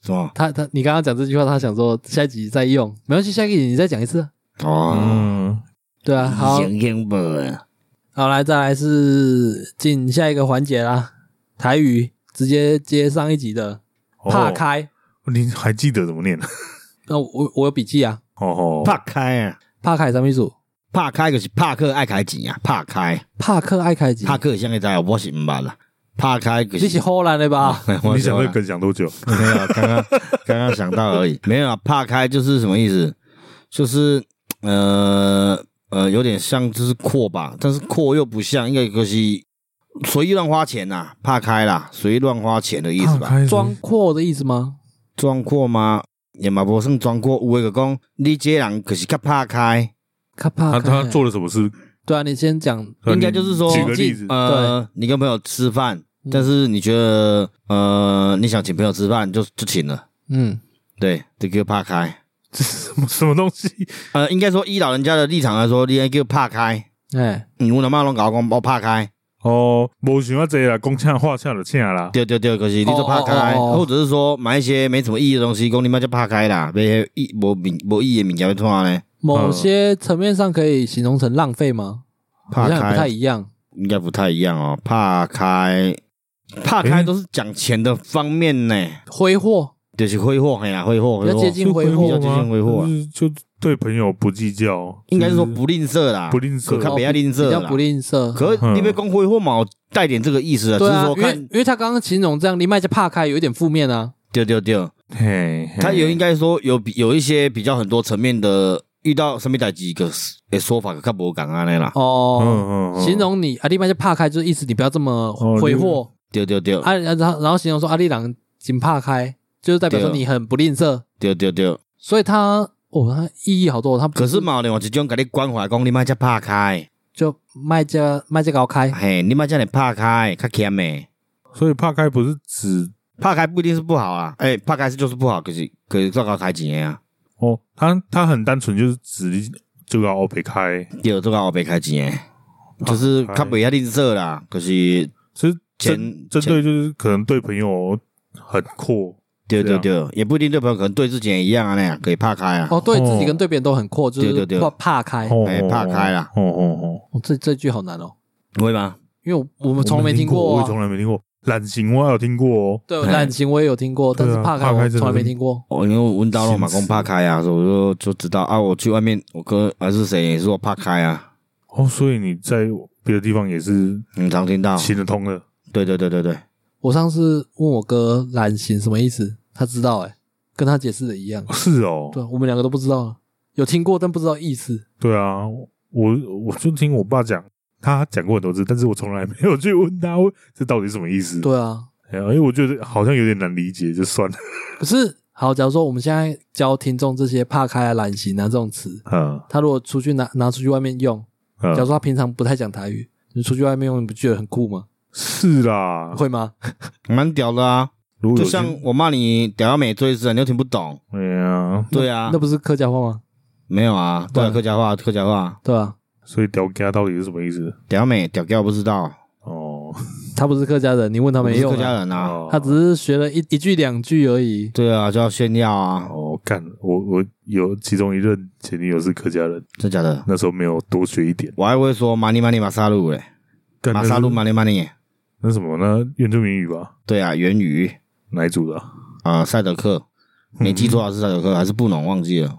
[SPEAKER 3] 什么？
[SPEAKER 1] 他他，你刚刚讲这句话，他想说下一集再用，没关系，下一集你再讲一次啊。
[SPEAKER 3] 哦，
[SPEAKER 2] 嗯，
[SPEAKER 1] 对啊，好，
[SPEAKER 3] 英英文，
[SPEAKER 1] 好来，再来是进下一个环节啦，台语直接接上一集的怕
[SPEAKER 2] 哦，
[SPEAKER 1] 开。
[SPEAKER 2] 你还记得怎么念？
[SPEAKER 1] 那、我我有笔记啊，
[SPEAKER 2] 哦哦，
[SPEAKER 3] 怕开啊，
[SPEAKER 1] 怕开什么意思？
[SPEAKER 3] 怕开就是帕克爱开钱啊，怕开，
[SPEAKER 1] 帕克爱开集，
[SPEAKER 3] 帕克现在在，我啊是唔捌啦，怕开就
[SPEAKER 1] 你是
[SPEAKER 3] 是。
[SPEAKER 1] 荷兰的 吧？
[SPEAKER 2] 你想
[SPEAKER 3] 到
[SPEAKER 2] 那梗想多久？
[SPEAKER 3] 没有，刚刚刚刚想到 而已。没有啊，怕开就是什么意思？就是呃呃，有点像就是阔吧，但是阔又不像，应该就是随意乱花钱呐、怕开啦，随意乱花钱的意思吧？
[SPEAKER 1] 装阔的意思吗？
[SPEAKER 3] 装阔吗？也嘛不算装阔，有的就讲你这人可是较怕开，
[SPEAKER 1] 他怕
[SPEAKER 2] 他
[SPEAKER 1] 开
[SPEAKER 2] 他做了什么事？
[SPEAKER 1] 对啊，你先讲
[SPEAKER 2] 呃
[SPEAKER 3] 应该
[SPEAKER 2] 你
[SPEAKER 3] 就是说
[SPEAKER 2] 举个例子，嗯
[SPEAKER 3] 呃，你跟朋友吃饭，但是你觉得呃你想请朋友吃饭就就请了，
[SPEAKER 1] 嗯，
[SPEAKER 3] 对，这个怕开。
[SPEAKER 2] 这是什么什么东西？
[SPEAKER 3] 呃，应该说依老人家的立场来说，你应该叫怕开。
[SPEAKER 1] 哎，
[SPEAKER 3] 嗯，我阿妈拢甲我讲，我怕开，
[SPEAKER 2] 哦，无想要这啦，讲请话请就请啦。
[SPEAKER 3] 对对对，可是你就怕开，
[SPEAKER 1] 哦哦哦哦
[SPEAKER 3] 或者是说买一些没什么意义的东西，讲你妈就怕开啦，别意无名无意义的物件要创呢，
[SPEAKER 1] 某些层面上可以形容成浪费吗？
[SPEAKER 3] 怕
[SPEAKER 1] 好像也不太
[SPEAKER 3] 开
[SPEAKER 1] 一样。
[SPEAKER 3] 应该不太一样哦，怕开，怕开
[SPEAKER 2] 诶
[SPEAKER 3] 都是讲钱的方面呢，
[SPEAKER 1] 挥霍，
[SPEAKER 3] 就是挥霍嘿啦，挥霍
[SPEAKER 1] 比
[SPEAKER 3] 挥
[SPEAKER 1] 较接
[SPEAKER 3] 霍，
[SPEAKER 1] 近挥
[SPEAKER 3] 比
[SPEAKER 1] 霍
[SPEAKER 3] 较接近挥霍啊
[SPEAKER 2] 就是就对朋友不计较，
[SPEAKER 3] 应该是说
[SPEAKER 2] 就是
[SPEAKER 3] 嗯不吝啬啦，
[SPEAKER 2] 不吝
[SPEAKER 3] 啊可看
[SPEAKER 2] 啬。
[SPEAKER 3] 不要吝啬
[SPEAKER 1] 哦比较
[SPEAKER 3] 啦
[SPEAKER 1] 不吝啬。
[SPEAKER 3] 可是你别讲挥霍嘛，有带点这个意思啊，只
[SPEAKER 1] 对
[SPEAKER 3] 是
[SPEAKER 1] 啊，
[SPEAKER 3] 说
[SPEAKER 1] 因为
[SPEAKER 3] 看，
[SPEAKER 1] 因为他刚刚形容这样，你卖家怕开有一点负面啊。
[SPEAKER 3] 对对对。
[SPEAKER 2] 嘿，
[SPEAKER 1] 嗯
[SPEAKER 2] 嘿
[SPEAKER 3] 他有应该说有比有一些比较很多层面的遇到什么代志个诶说法，较无共安尼啦。
[SPEAKER 1] 哦，
[SPEAKER 2] 嗯
[SPEAKER 1] 形容你啊，你卖家怕开就是意思你不要这么挥霍
[SPEAKER 3] 对对对，
[SPEAKER 1] 啊，然后然后形容说阿丽郎仅怕开，就是代表说
[SPEAKER 3] 对
[SPEAKER 1] 你很不吝啬，
[SPEAKER 3] 对对对。
[SPEAKER 1] 所以他哦，他意义好多哦，他不
[SPEAKER 3] 可是嘛，有另外一种甲你关怀，讲你莫遮拍开，
[SPEAKER 1] 就卖家卖家高开，
[SPEAKER 3] 嘿，你莫遮尔拍开，较欠诶。
[SPEAKER 2] 所以怕开不是指
[SPEAKER 3] 拍开不一定是不好啊，诶、拍开是就是不好，可是可是做高开钱的啊，
[SPEAKER 2] 哦，他他很单纯，就是指就要欧赔开，
[SPEAKER 3] 对，做高后白开钱的，
[SPEAKER 1] 哦
[SPEAKER 3] 就是
[SPEAKER 1] 哎
[SPEAKER 3] 较袂遐吝啬啦，可是
[SPEAKER 2] 其实
[SPEAKER 3] 钱
[SPEAKER 2] 针针
[SPEAKER 3] 钱
[SPEAKER 2] 对就是可能对朋友很阔，
[SPEAKER 3] 对对对，
[SPEAKER 2] 这
[SPEAKER 3] 也不一定对朋友可能对自己也一样啊，那样可以拍开
[SPEAKER 1] 啊
[SPEAKER 3] 啊，
[SPEAKER 1] 哦，对自己跟对别人都很阔，就
[SPEAKER 3] 对
[SPEAKER 1] 是
[SPEAKER 3] 对对
[SPEAKER 1] 怕怕开。
[SPEAKER 2] 哦
[SPEAKER 3] 哎怕开啦，
[SPEAKER 2] 哦哦哦，
[SPEAKER 1] 哦这这句好难哦，
[SPEAKER 3] 不会吗？
[SPEAKER 1] 因为我我们从来没
[SPEAKER 2] 我
[SPEAKER 1] 听过
[SPEAKER 2] 我
[SPEAKER 1] 啊
[SPEAKER 2] 也。从来没听过。懒型我还有听过哦，
[SPEAKER 1] 对，感情我也有听过，但
[SPEAKER 2] 对啊
[SPEAKER 1] 是怕开
[SPEAKER 2] 怕开
[SPEAKER 1] 我
[SPEAKER 2] 真的
[SPEAKER 1] 从来没
[SPEAKER 2] 是
[SPEAKER 1] 听过。
[SPEAKER 3] 哦，因为我问到了嘛，讲怕开啊，所以我就就知道啊。我去外面，我哥还是谁也说怕开啊，
[SPEAKER 2] 哦，所以你在别的地方也是
[SPEAKER 3] 很常听到。
[SPEAKER 2] 行得通的。
[SPEAKER 3] 对对对对对，
[SPEAKER 1] 我上次问我哥懒型什么意思，他知道哎、跟他解释的一样。啊
[SPEAKER 2] 是哦，
[SPEAKER 1] 对，我们两个都不知道，有听过但不知道意思。
[SPEAKER 2] 对啊，我我就听我爸讲，他讲过很多次，但是我从来没有去问他 这到底什么意思。
[SPEAKER 1] 对啊，
[SPEAKER 2] 哎呀，因为我觉得好像有点难理解，就算了。
[SPEAKER 1] 可是好，假如说我们现在教听众这些“怕开”啊、“懒型”啊这种词，
[SPEAKER 2] 嗯
[SPEAKER 1] 他如果出去拿拿出去外面用，假如说
[SPEAKER 2] 嗯，
[SPEAKER 1] 他平常不太讲台语，你出去外面用，你不觉得很酷吗？
[SPEAKER 2] 是
[SPEAKER 3] 啊
[SPEAKER 2] 啦，
[SPEAKER 1] 会吗？
[SPEAKER 3] 蛮屌的啊。
[SPEAKER 2] 如果
[SPEAKER 3] 就
[SPEAKER 2] 有去
[SPEAKER 3] 像我骂你屌要美最字，你又听不懂。
[SPEAKER 2] 哎呀，
[SPEAKER 3] 对啊
[SPEAKER 1] 那，不是客家话吗？
[SPEAKER 3] 没有啊，对啊，
[SPEAKER 1] 对
[SPEAKER 3] 客家话，客家话，
[SPEAKER 1] 对啊吧？
[SPEAKER 2] 所以屌家到底是什么意思？
[SPEAKER 3] 屌美屌屌不知道，
[SPEAKER 2] 哦，
[SPEAKER 1] 他不是客家人，你问他
[SPEAKER 3] 我不
[SPEAKER 1] 没
[SPEAKER 3] 是
[SPEAKER 1] 用
[SPEAKER 3] 客家
[SPEAKER 1] 啊，
[SPEAKER 3] 人啊。
[SPEAKER 2] 哦
[SPEAKER 1] 他只是学了一一句两句而已。
[SPEAKER 3] 对啊，就要炫耀啊，
[SPEAKER 2] 哦，干，我我有其中一任前女友是客家人，
[SPEAKER 3] 真假的？
[SPEAKER 2] 那时候没有多学一点。
[SPEAKER 3] 我还会说 money money 马杀路嘞，
[SPEAKER 2] 干
[SPEAKER 3] 马杀路 money money。
[SPEAKER 2] 那什么呢？那原住民语吧，
[SPEAKER 3] 对啊，源于
[SPEAKER 2] 哪一组的啊、
[SPEAKER 3] 啊赛德克，没记错啊是赛德克还是布农忘记了，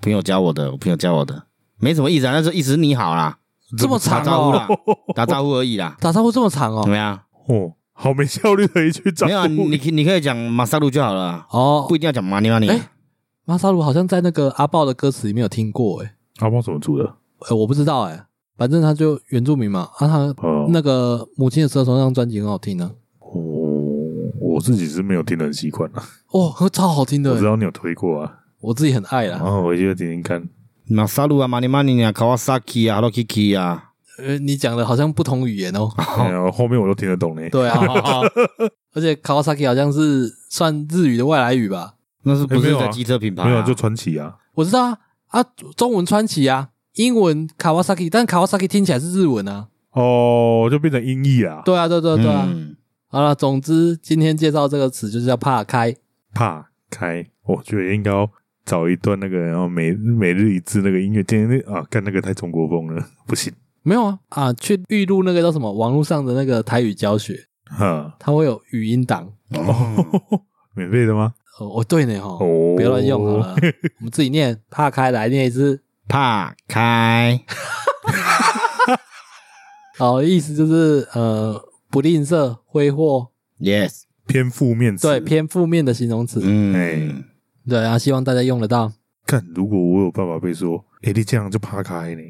[SPEAKER 3] 朋友教我的，我朋友教我的，没什么意思啊，那就意思是你好啦，
[SPEAKER 1] 这么长
[SPEAKER 3] 打招呼
[SPEAKER 1] 哦，
[SPEAKER 3] 啦，打招呼而已啦，
[SPEAKER 1] 打招呼这么长
[SPEAKER 3] 怎
[SPEAKER 1] 哦，
[SPEAKER 3] 么样？
[SPEAKER 2] 哦，好没效率的一句招
[SPEAKER 3] 没有啊，
[SPEAKER 2] 呼
[SPEAKER 3] 你。你可以讲马萨路就好了啊，
[SPEAKER 1] 哦
[SPEAKER 3] 不，一定要讲 money money 啊。
[SPEAKER 1] 哎马萨鲁好像在那个阿豹的歌词里面有听过，哎，
[SPEAKER 2] 阿猫啊怎么组的？
[SPEAKER 1] 呃我不知道，哎，反正他就原住民嘛，啊，他
[SPEAKER 2] 哦，
[SPEAKER 1] 那个《母亲的舌头》那张专辑很好听啊，
[SPEAKER 2] 哦，我自己是没有听得很习惯啊。
[SPEAKER 1] 哦，超好听的
[SPEAKER 2] 我知
[SPEAKER 1] 欸，
[SPEAKER 2] 道你有推过啊，
[SPEAKER 1] 我自己很爱
[SPEAKER 2] 然
[SPEAKER 1] 啦。
[SPEAKER 2] 后我就听听看。
[SPEAKER 3] 马萨路啊，money money 啊，Kawasaki 啊，Hello Kitty 啊，
[SPEAKER 1] 呃，你讲的好像不同语言哦。
[SPEAKER 2] 然哎后后面我都听得懂呢。
[SPEAKER 1] 对啊， 而且 Kawasaki 好像是算日语的外来语吧？
[SPEAKER 3] 那是不
[SPEAKER 2] 哎没
[SPEAKER 3] 是
[SPEAKER 2] 有啊
[SPEAKER 3] 在机车品牌啊？
[SPEAKER 2] 没有就川崎啊，
[SPEAKER 1] 我知道啊，啊，中文川崎啊，英文 Kawasaki，但 Kawasaki 听起来是日文啊。
[SPEAKER 2] 哦，就变成音译啊。
[SPEAKER 1] 对啊，对对对啊。
[SPEAKER 3] 嗯
[SPEAKER 1] 好了，总之今天介绍这个词就是叫怕开。
[SPEAKER 2] 怕开，我觉得应该要找一段那个，然后每每日一次那个音乐，今天啊，干那个太中国风了， 不行。
[SPEAKER 1] 没有啊啊，去预录那个叫什么网络上的那个台语教学，
[SPEAKER 2] 哈，
[SPEAKER 1] 它会有语音档。
[SPEAKER 3] 哦
[SPEAKER 2] 免费的吗？
[SPEAKER 1] 哦，哦对呢哦，
[SPEAKER 2] 哦
[SPEAKER 1] 不要乱用好啊 了，我们自己念怕开来念一次。
[SPEAKER 3] 怕开，
[SPEAKER 1] 好，哦意思就是呃不吝啬、挥霍，
[SPEAKER 3] Yes，
[SPEAKER 2] 偏负面词。
[SPEAKER 1] 对偏负面的形容词。
[SPEAKER 3] 嗯
[SPEAKER 2] 哎，
[SPEAKER 1] 对啊，希望大家用得到。
[SPEAKER 2] 看，如果我有办法被说，哎、你这样就怕开呢，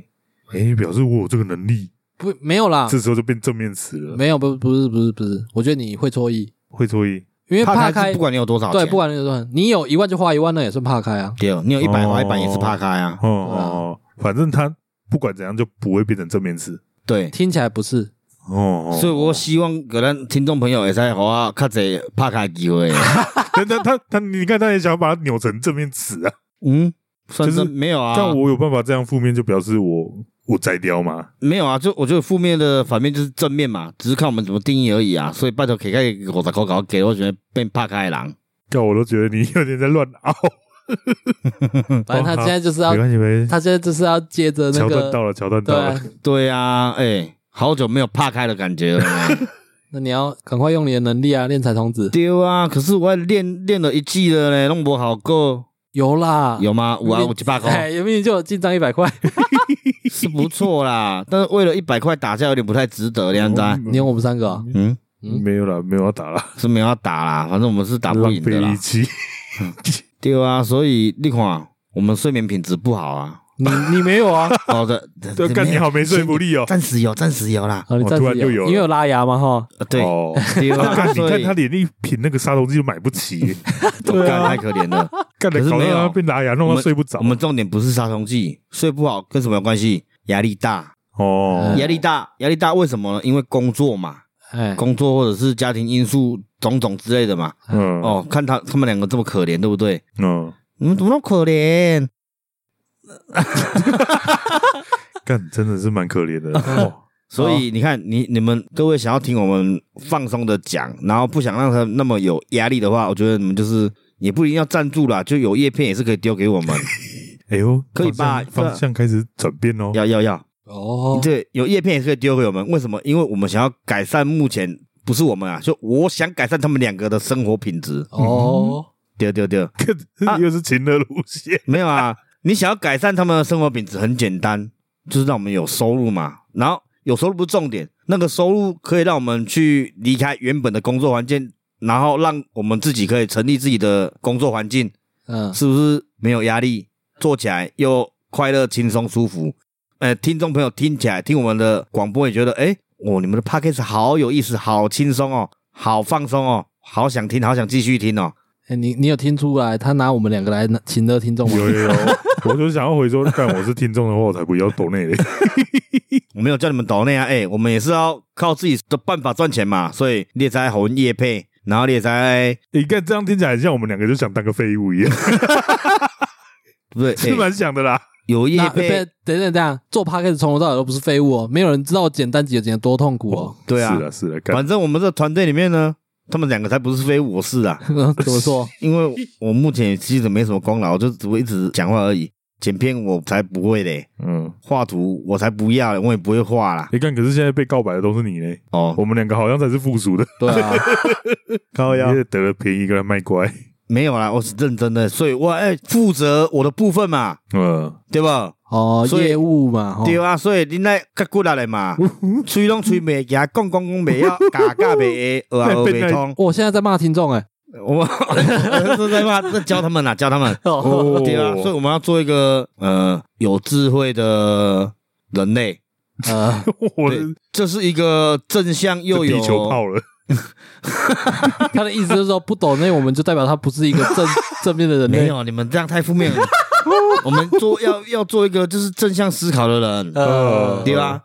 [SPEAKER 2] 哎、表示我有这个能力，
[SPEAKER 1] 不，没有
[SPEAKER 3] 啊
[SPEAKER 1] 啦，
[SPEAKER 2] 这时候就变正面词了。
[SPEAKER 1] 没有，不，不是，不是，不是。我觉得你会错意，
[SPEAKER 2] 会错意，
[SPEAKER 1] 因为
[SPEAKER 3] 怕
[SPEAKER 1] 怕
[SPEAKER 3] 开
[SPEAKER 1] 开
[SPEAKER 3] 是不，管你有多少钱，
[SPEAKER 1] 对，不管你算，你有一万就花一万，那也算怕开啊。
[SPEAKER 3] 对，你有一百花
[SPEAKER 2] 哦
[SPEAKER 3] 一百也是怕开啊，
[SPEAKER 2] 哦哦，反正他不管怎样就不会变成正面词。
[SPEAKER 3] 对。
[SPEAKER 1] 听起来不是，
[SPEAKER 2] 哦，哦
[SPEAKER 3] 所以我希望给咱听众朋友也在我较侪拍开机 会，
[SPEAKER 2] 但他他他，你看他也想把它扭成正面词啊。
[SPEAKER 3] 嗯，算
[SPEAKER 2] 就是
[SPEAKER 3] 是没有啊，
[SPEAKER 2] 但我有办法这样负面，就表示我我摘雕嘛。
[SPEAKER 3] 没有啊，就我觉得负面的反面就是正面嘛，只是看我们怎么定义而已啊。所以拜托，给开五十块搞给我，觉得变怕开狼。
[SPEAKER 2] 但我都觉得你有点在乱 凹。
[SPEAKER 1] 反正他现在就是要
[SPEAKER 2] 哦没，关系，没关
[SPEAKER 1] 他现在就是要接着
[SPEAKER 2] 系。
[SPEAKER 1] 那
[SPEAKER 2] 桥段
[SPEAKER 1] 个，
[SPEAKER 2] 到了，桥段
[SPEAKER 1] 对
[SPEAKER 2] 到
[SPEAKER 1] 啊
[SPEAKER 2] 了。，
[SPEAKER 3] 对啊，哎、好久没有怕开的感觉了 呢。
[SPEAKER 1] 那你要赶快用你的能力啊，练彩童子。
[SPEAKER 3] 对啊，可是我练练了一季了呢，弄不好过
[SPEAKER 1] 有啦，
[SPEAKER 3] 有吗？五啊五七八
[SPEAKER 1] 哎，
[SPEAKER 3] 块
[SPEAKER 1] 有没有就有进账一百块？
[SPEAKER 3] 是不错啦，但是为了一百块打架有点不太值得，你知道吗？
[SPEAKER 1] 你用我们三个啊，
[SPEAKER 3] 嗯，
[SPEAKER 1] 嗯
[SPEAKER 2] 没有了，没有要打了，
[SPEAKER 3] 是没有要打啦，反正我们是打不
[SPEAKER 2] 浪
[SPEAKER 3] 赢的
[SPEAKER 2] 费
[SPEAKER 3] 啦
[SPEAKER 2] 力。气。
[SPEAKER 3] 对啊，所以你看，我们睡眠品质不好 啊。哦
[SPEAKER 1] 你你没 有啊？
[SPEAKER 3] 好的，
[SPEAKER 2] 对，干你好没说服力哦。
[SPEAKER 3] 暂时有，暂时有啦。
[SPEAKER 1] 好，你
[SPEAKER 2] 哦
[SPEAKER 1] 暂时
[SPEAKER 2] 突然就有了
[SPEAKER 1] 因为有拉牙嘛哈。
[SPEAKER 3] 呃对，
[SPEAKER 2] 哦，
[SPEAKER 3] 对
[SPEAKER 2] 干
[SPEAKER 3] 啊，
[SPEAKER 2] 你
[SPEAKER 3] 所
[SPEAKER 2] 看
[SPEAKER 3] 以
[SPEAKER 2] 他连一瓶那个杀虫剂都买不 起，
[SPEAKER 3] 对啊，太可怜 了。
[SPEAKER 2] 干的
[SPEAKER 3] 可是
[SPEAKER 2] 搞
[SPEAKER 3] 没有
[SPEAKER 2] 到他被拿牙弄
[SPEAKER 3] 我
[SPEAKER 2] 到
[SPEAKER 3] 们
[SPEAKER 2] 睡不着。
[SPEAKER 3] 我们重点不是杀虫剂，睡不好跟什么有关系？压力大，
[SPEAKER 2] 哦，
[SPEAKER 3] 压力大，压力大，为什么呢？因为工作嘛，
[SPEAKER 1] 哎，
[SPEAKER 3] 工作或者是家庭因素种种之类的嘛。
[SPEAKER 2] 嗯
[SPEAKER 3] 哦，看他他们两个这么可怜，对不对？
[SPEAKER 2] 嗯，
[SPEAKER 3] 你们怎么那么可怜？
[SPEAKER 2] 干真的是蛮可 怜的。哦，
[SPEAKER 3] 所以你看，你你们各位想要听我们放松的讲，然后不想让他那么有压力的话，我觉得你们就是也不一定要赞助啦，就有叶片也是可以丢给我们。
[SPEAKER 2] 哎呦，
[SPEAKER 3] 可以吧
[SPEAKER 2] 方向方向开始转变哦。
[SPEAKER 3] 要要要，
[SPEAKER 1] 哦，
[SPEAKER 3] 对，有叶片也是可以丢给我们。为什么？因为我们想要改善目前不是我们啊，就我想改善他们两个的生活品质。
[SPEAKER 1] 哦，
[SPEAKER 3] 丢丢丢，啊
[SPEAKER 2] 又是情的路 线。
[SPEAKER 3] 没有啊，你想要改善他们的生活品质很简单，就是让我们有收入嘛。然后有收入不是重点，那个收入可以让我们去离开原本的工作环境，然后让我们自己可以成立自己的工作环境，
[SPEAKER 1] 嗯，
[SPEAKER 3] 是不是没有压力？做起来又快乐、轻松、舒服。呃听众朋友听起来听我们的广播也觉得，哎，哦，你们的 p a c k a g e 好有意思，好轻松哦，好放松哦，好想听，好想继续听哦。
[SPEAKER 1] 哎，你你有听出来他拿我们两个来拿请的听众吗？
[SPEAKER 2] 有有有，我就想要回说，但我是听众的话，我才不要抖内嘞。
[SPEAKER 3] 我没有叫你们抖内啊，哎，我们也是要靠自己的办法赚钱嘛，所以列在红叶配，然后列在
[SPEAKER 2] 你看这样听起来很像我们两个就想当个废物一样，
[SPEAKER 3] 不 对，
[SPEAKER 2] 是
[SPEAKER 3] 哎
[SPEAKER 2] 蛮想的啦。
[SPEAKER 3] 有叶
[SPEAKER 1] 那呃
[SPEAKER 3] 配
[SPEAKER 1] 别，等等等下，做 p a c k a g e 从头到尾都不是废物哦，没有人知道我简单几个简多痛苦哦。
[SPEAKER 3] 对啊
[SPEAKER 2] 是，的，是的，干
[SPEAKER 3] 反正我们这团队里面呢，他们两个才不是非我是啊，
[SPEAKER 1] 怎么 说？
[SPEAKER 3] 因为我目前其实没什么功劳，我就只会一直讲话而已。剪片我才不会嘞，
[SPEAKER 2] 嗯，
[SPEAKER 3] 画图我才不要嘞，我也不会画啦。
[SPEAKER 2] 你看，可是现在被告白的都是你嘞，
[SPEAKER 3] 哦，
[SPEAKER 2] 我们两个好像才是附属的，
[SPEAKER 1] 对啊，
[SPEAKER 2] 高腰得了便宜，跟他卖乖，
[SPEAKER 3] 没有啦，我是认真的，所以我哎负责我的部分嘛，
[SPEAKER 2] 嗯，
[SPEAKER 3] 对吧？
[SPEAKER 1] 哦，
[SPEAKER 3] 所以
[SPEAKER 1] 业务嘛，哦
[SPEAKER 3] 对啊，所以恁来较骨力嘞嘛，吹拢吹袂行，讲讲讲袂晓，教教袂会，学啊也学袂通。
[SPEAKER 1] 我现在在骂听众哎，
[SPEAKER 3] 我 是在骂，在教他们啦，教他们。
[SPEAKER 1] 哦，
[SPEAKER 2] 哦
[SPEAKER 3] 对啊，所以我们要做一个呃有智慧的人类，
[SPEAKER 1] 呃，
[SPEAKER 2] 我
[SPEAKER 3] 对，这是一个正向又有
[SPEAKER 2] 地球泡了，
[SPEAKER 1] 他的意思就是说不抖内，我们就代表他不是一个正 正面的人类。
[SPEAKER 3] 没有，你们这样太负面了。我们做要要做一个就是正向思考的人，
[SPEAKER 1] 呃，
[SPEAKER 3] 对啊吧？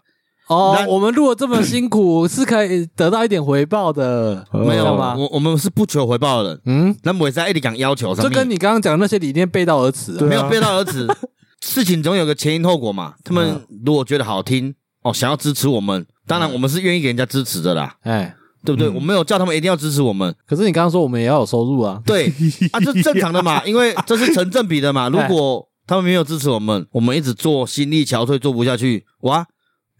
[SPEAKER 1] 哦
[SPEAKER 3] 那，
[SPEAKER 1] 我们录的这么辛苦，是可以得到一点回报的，
[SPEAKER 3] 没有
[SPEAKER 1] 这样吗？
[SPEAKER 3] 呃我我们是不求回报的人，
[SPEAKER 1] 嗯，
[SPEAKER 3] 那我也在一直讲要求，
[SPEAKER 1] 这跟
[SPEAKER 3] 你
[SPEAKER 1] 你刚刚讲的那些理念背道而驰啊。
[SPEAKER 2] 对
[SPEAKER 3] 没
[SPEAKER 2] 啊
[SPEAKER 3] 有背道而 驰。事情总有个前因后果嘛。他
[SPEAKER 2] 嗯
[SPEAKER 3] 们如果觉得好听哦，想要支持我们，当然我们是愿意给人家支持的啦，
[SPEAKER 1] 哎，
[SPEAKER 3] 对不
[SPEAKER 2] 嗯
[SPEAKER 3] 对？我没有叫他们一定要支持我们，
[SPEAKER 1] 可是你刚刚说我们也要有收入啊。
[SPEAKER 3] 对啊，这正常的嘛，因为这是成正比的嘛。如果他们没有支持我们，我们一直做，心力憔悴，做不下去，哇，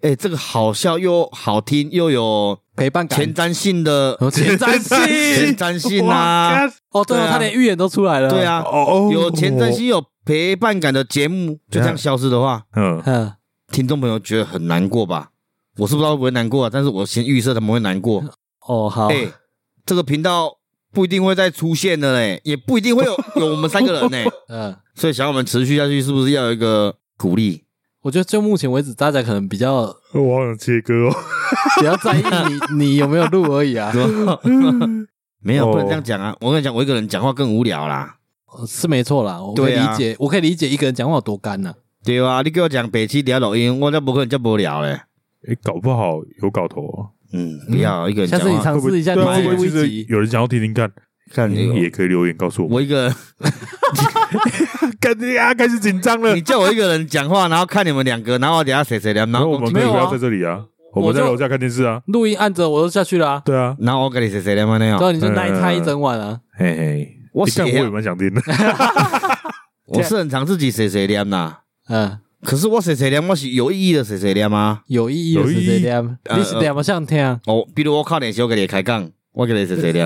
[SPEAKER 3] 哎、这个好笑又好听，又有
[SPEAKER 1] 陪伴感
[SPEAKER 3] 前瞻性 的
[SPEAKER 1] 哦前瞻
[SPEAKER 3] 前
[SPEAKER 1] 性
[SPEAKER 3] 瞻性
[SPEAKER 2] 哇
[SPEAKER 3] 啊，
[SPEAKER 2] 干
[SPEAKER 1] 哦，对哦，
[SPEAKER 3] 对啊
[SPEAKER 1] 他连预言都出来了。
[SPEAKER 3] 对，啊，
[SPEAKER 2] 哦，
[SPEAKER 3] 有前瞻性、有陪伴感的节目就这样消失的话，
[SPEAKER 2] 嗯，
[SPEAKER 1] 嗯，
[SPEAKER 3] 听众朋友觉得很难过吧？我是不知道会不会难过啊，但是我先预设他们会难过。
[SPEAKER 1] 哦，好，
[SPEAKER 3] 哎、这个频道不一定会再出现的嘞，也不一定会 有有我们三个人呢。
[SPEAKER 1] 嗯，
[SPEAKER 3] 所以想要我们持续下去，是不是要有一个鼓励？
[SPEAKER 1] 我觉得就目前为止，大家可能比较
[SPEAKER 2] 嗯我好想切割哦，
[SPEAKER 1] 比较在意你你有没有录而已啊，
[SPEAKER 3] 是吧 没有，
[SPEAKER 2] 哦
[SPEAKER 3] 不能这样讲啊！我跟你讲，我一个人讲话更无聊啦。
[SPEAKER 1] 是没错啦，我可以
[SPEAKER 3] 对啊
[SPEAKER 1] 理解，我可以理解一个人讲话有多干呢。
[SPEAKER 3] 对啊，你给我讲北七聊抖音，我那不可能叫无聊嘞。
[SPEAKER 2] 哎，搞不好有搞头哦，
[SPEAKER 3] 嗯，不要一个人
[SPEAKER 1] 下
[SPEAKER 3] 讲
[SPEAKER 1] 次你
[SPEAKER 3] 话，
[SPEAKER 1] 尝试一下，你
[SPEAKER 2] 对啊，
[SPEAKER 1] 自己
[SPEAKER 2] 会不
[SPEAKER 1] 录
[SPEAKER 2] 会
[SPEAKER 1] 一
[SPEAKER 2] 其实
[SPEAKER 1] 集，
[SPEAKER 2] 有人想要听听看？
[SPEAKER 3] 看你
[SPEAKER 2] 也可以留言告诉我们。
[SPEAKER 3] 我 一个人，
[SPEAKER 2] 感觉啊，开始紧张了
[SPEAKER 3] 你。叫我一个人讲话，然后看你们两个，然后等下谁谁聊，然
[SPEAKER 2] 然后
[SPEAKER 3] 后
[SPEAKER 2] 我们可
[SPEAKER 1] 没
[SPEAKER 2] 以
[SPEAKER 1] 有
[SPEAKER 2] 不
[SPEAKER 1] 啊
[SPEAKER 2] 要在这里啊，我
[SPEAKER 1] 我
[SPEAKER 2] 们在
[SPEAKER 1] 就
[SPEAKER 2] 楼下看电视啊。
[SPEAKER 1] 录音按着我就下去了啊，
[SPEAKER 2] 对啊，
[SPEAKER 3] 然后我跟你谁谁聊嘛那
[SPEAKER 1] 对
[SPEAKER 3] 样。
[SPEAKER 1] 啊，你就那一摊一整晚啊，
[SPEAKER 2] 嘿嘿，
[SPEAKER 3] 我
[SPEAKER 2] 你看我
[SPEAKER 3] 写
[SPEAKER 2] 也蛮想 听的。
[SPEAKER 3] 我是很常自己谁谁聊呐，
[SPEAKER 1] 嗯，
[SPEAKER 3] 可是我谁谁聊我是有意义的谁谁聊吗？
[SPEAKER 1] 有意义的
[SPEAKER 2] 有
[SPEAKER 1] 是
[SPEAKER 2] 意义
[SPEAKER 1] 这样，
[SPEAKER 3] 呃
[SPEAKER 1] 你是怎么想听啊？
[SPEAKER 3] 啊哦，比如我靠脸时我跟你开杠，我跟你谁谁聊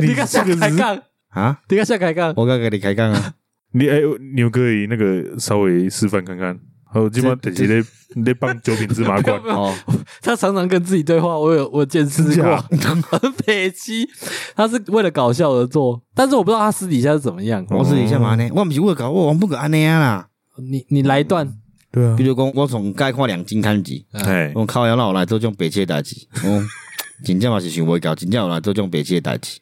[SPEAKER 1] 你敢下
[SPEAKER 2] 这个
[SPEAKER 1] 开
[SPEAKER 2] 是
[SPEAKER 1] 杠？
[SPEAKER 3] 啊，
[SPEAKER 1] 你敢下开杠？
[SPEAKER 3] 我敢跟你开杠啊。
[SPEAKER 2] 你哎，你有可以那个稍微示范看看。好，今晚
[SPEAKER 3] 这
[SPEAKER 2] 等下在在帮九品 芝麻官
[SPEAKER 1] 不要
[SPEAKER 3] 哦，
[SPEAKER 1] 他常常跟自己对话，我有我有见识
[SPEAKER 2] 真
[SPEAKER 1] 过
[SPEAKER 2] 假，
[SPEAKER 1] 很 北七，他是为了搞笑而做，但是我不知道他私底下是怎么样。
[SPEAKER 3] 我是一下嘛呢，我不是为了搞，我我不可安尼啊啦。
[SPEAKER 1] 你你来一段，
[SPEAKER 2] 对啊
[SPEAKER 3] 比，如讲，我从该看两金看几，
[SPEAKER 2] 哎，
[SPEAKER 3] 我靠，要让我来做这种白痴的代志，嗯， 真正嘛是想袂到，真正有来做这种白痴的代志。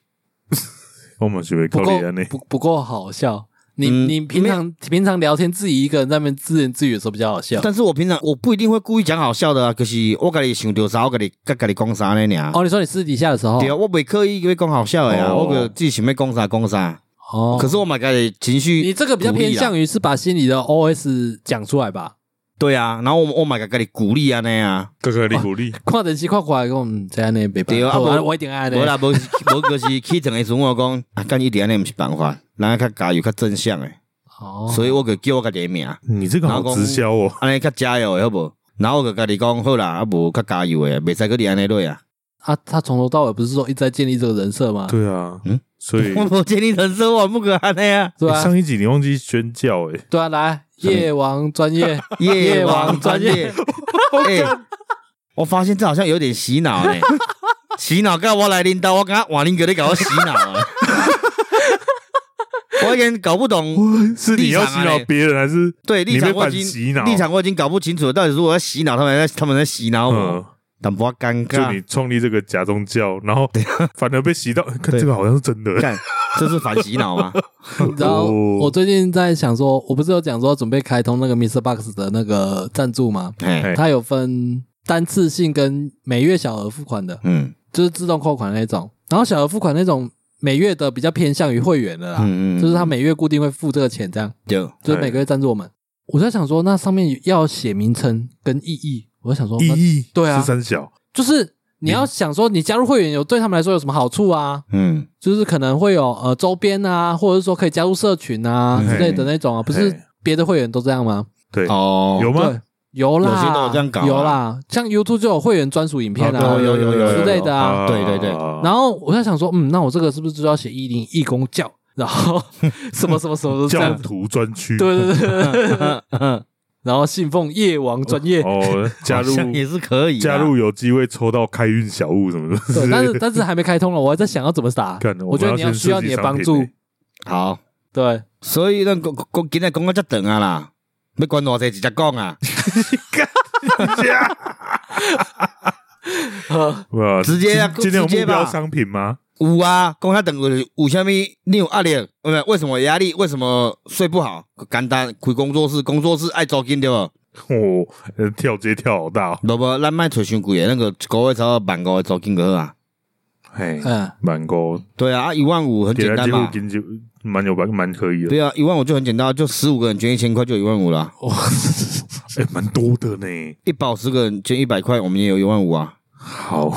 [SPEAKER 2] 我们是会
[SPEAKER 1] 不
[SPEAKER 2] 靠
[SPEAKER 1] 够
[SPEAKER 2] 啊你安尼。
[SPEAKER 1] 不不够好笑。你
[SPEAKER 3] 嗯
[SPEAKER 1] 你平常平常聊天自己一个人在那边自言自语的时候比较好笑。
[SPEAKER 3] 但是我平常我不一定会故意讲好笑的啊，可是我家己想到啥，我家己甲家己讲啥呢尔。
[SPEAKER 1] 哦，你说你私底下的时候
[SPEAKER 3] 对，啊，我袂刻意要讲好笑的啊，
[SPEAKER 2] 哦
[SPEAKER 3] 我个自己想要讲啥讲啥。
[SPEAKER 1] 哦，
[SPEAKER 3] 可是我嘛家己情绪，
[SPEAKER 1] 你这个比较偏向
[SPEAKER 3] 于
[SPEAKER 1] 于是把心里的 OS 讲出来吧。
[SPEAKER 3] 对啊，然后我我嘛家家己鼓励安尼啊。
[SPEAKER 2] 哥哥，你鼓励
[SPEAKER 1] 跨等级跨过来跟我们这样呢，别
[SPEAKER 3] 对啊啊
[SPEAKER 1] 好
[SPEAKER 3] 不
[SPEAKER 1] 啊我一定爱
[SPEAKER 3] 无
[SPEAKER 1] 的。
[SPEAKER 3] 啦，无无就是起床的时候我讲， 啊，干一点安尼毋是办法，人家较加油较正向诶，
[SPEAKER 1] 哦，
[SPEAKER 3] 所以我个叫我家己的名。
[SPEAKER 2] 你这个好直销哦。
[SPEAKER 3] 安尼较加油的好无？然后我就家己讲好啦，啊无较加油诶，袂使搁你安尼落啊。
[SPEAKER 1] 啊，他从头到尾不是说一直在建立这个人设吗？
[SPEAKER 2] 对啊，
[SPEAKER 3] 嗯
[SPEAKER 2] 嗯，所以
[SPEAKER 3] 我无建立人生，我不可安尼啊。
[SPEAKER 1] 对
[SPEAKER 2] 欸
[SPEAKER 1] 吧？
[SPEAKER 2] 上一集你忘记宣教 哎，
[SPEAKER 1] 对啊，来夜王专 业，
[SPEAKER 3] 夜
[SPEAKER 1] 王专业，
[SPEAKER 3] 哎，我发现这好像有点洗脑 呢。 洗脑，干我来领导，我刚刚瓦林哥在搞我洗脑啊。我已经搞不懂，
[SPEAKER 2] 是你要洗
[SPEAKER 1] 啊
[SPEAKER 2] 脑别人还是？
[SPEAKER 3] 对立
[SPEAKER 2] 你
[SPEAKER 3] 场
[SPEAKER 2] 被
[SPEAKER 3] 我
[SPEAKER 2] 反
[SPEAKER 3] 已
[SPEAKER 2] 洗
[SPEAKER 3] 经
[SPEAKER 2] 脑
[SPEAKER 3] 立场我已经搞不清楚了，到底是我在洗脑他们在他们在洗
[SPEAKER 1] 哦
[SPEAKER 3] 脑我，
[SPEAKER 2] 嗯，
[SPEAKER 3] 但不要尴
[SPEAKER 1] 啊
[SPEAKER 2] 就
[SPEAKER 3] 尬
[SPEAKER 2] 你，创立这个假宗教，然后 反而被洗到，看
[SPEAKER 3] 对
[SPEAKER 2] 这个好像是真的。欸
[SPEAKER 3] 看这是反洗 脑吗？
[SPEAKER 1] 然后
[SPEAKER 2] 哦
[SPEAKER 1] 我最近在想说，我不是有讲说准备开通那个 Mr. Box 的那个赞助吗？
[SPEAKER 3] 哎，
[SPEAKER 2] 哎
[SPEAKER 1] 它有分单次性跟每月小额付款的，
[SPEAKER 3] 嗯
[SPEAKER 1] 就是自动扣款那种。然后小额付款那种每月的比较偏向于会员的啦，
[SPEAKER 3] 嗯嗯，
[SPEAKER 1] 就是他每月固定会付这个钱，这样
[SPEAKER 3] 就
[SPEAKER 1] 就是每个月赞助我们。我在想说，那上面要写名称跟意义，我在想说，
[SPEAKER 2] 意
[SPEAKER 1] 那
[SPEAKER 2] 义
[SPEAKER 1] 对啊
[SPEAKER 2] 是三小，
[SPEAKER 1] 就是你
[SPEAKER 2] 嗯
[SPEAKER 1] 要想说，你加入会员有对他们来说有什么好处啊？
[SPEAKER 3] 嗯
[SPEAKER 1] 就是可能会有呃周边啊，或者是说可以加入社群啊
[SPEAKER 2] 嗯
[SPEAKER 1] 之类的那种啊，不
[SPEAKER 2] 嘿
[SPEAKER 1] 是别的会员都这样吗？
[SPEAKER 2] 对，
[SPEAKER 3] 哦，
[SPEAKER 2] 有
[SPEAKER 1] 对
[SPEAKER 2] 吗？，
[SPEAKER 1] 有啦，
[SPEAKER 3] 有些都有这样搞啊
[SPEAKER 1] 有啦，像 YouTube 就有会员专属影片
[SPEAKER 2] 哦
[SPEAKER 1] 啊
[SPEAKER 2] 对
[SPEAKER 3] 有有有有
[SPEAKER 1] 之类的啊。
[SPEAKER 2] 啊
[SPEAKER 3] 对对对
[SPEAKER 1] 然后我在想说，嗯，那我这个是不是就要写一零义工教，然 后什么什么什么都这
[SPEAKER 2] 教
[SPEAKER 1] 样，
[SPEAKER 2] 徒专区，
[SPEAKER 1] 对对对对对，然后信奉夜王专业，
[SPEAKER 2] 哦，加入
[SPEAKER 3] 好像也是可以啊
[SPEAKER 2] 加入有机会抽到开运小物什么的，
[SPEAKER 1] 对，但是但是还没开通了，我还在想要怎么打
[SPEAKER 2] 干。我
[SPEAKER 1] 我觉得
[SPEAKER 2] 们
[SPEAKER 1] 你
[SPEAKER 2] 要
[SPEAKER 1] 要
[SPEAKER 2] 先
[SPEAKER 1] 需要
[SPEAKER 2] 设计
[SPEAKER 1] 你的
[SPEAKER 2] 商
[SPEAKER 1] 帮
[SPEAKER 2] 品
[SPEAKER 1] 助
[SPEAKER 2] 欸，
[SPEAKER 3] 好，
[SPEAKER 1] 对，
[SPEAKER 3] 所以咱讲讲今仔讲到遮长啊啦，要关偌济直接讲啊，
[SPEAKER 1] 呃
[SPEAKER 2] 哇，
[SPEAKER 3] 直接啊
[SPEAKER 2] 今今天有
[SPEAKER 3] 直接
[SPEAKER 2] 目标
[SPEAKER 3] 吧
[SPEAKER 2] 商品吗？
[SPEAKER 3] 有啊，讲遐长有有啥物？你有压力？不是为什么有压力？为什么睡不好？简单，开工作室，工作室爱租金对无？
[SPEAKER 2] 哦，呃跳街跳好大哦，
[SPEAKER 3] 无无，咱卖找伤贵诶，那个一个月差不多万五的租金就好啊。
[SPEAKER 2] 嘿，
[SPEAKER 1] 嗯，
[SPEAKER 2] 哎蛮高，
[SPEAKER 3] 对啊，啊一万五很
[SPEAKER 2] 点
[SPEAKER 3] 简
[SPEAKER 2] 了
[SPEAKER 3] 单
[SPEAKER 2] 啊几乎
[SPEAKER 3] 嘛。
[SPEAKER 2] 金就蛮有蛮蛮可以的，
[SPEAKER 3] 对啊，一万五就很简单，就十五个人捐一千块就一万五啦。
[SPEAKER 1] 我
[SPEAKER 2] 哎，蛮多的呢。
[SPEAKER 3] 一百十个人捐一百块，我们也有一万五啊，
[SPEAKER 2] 好，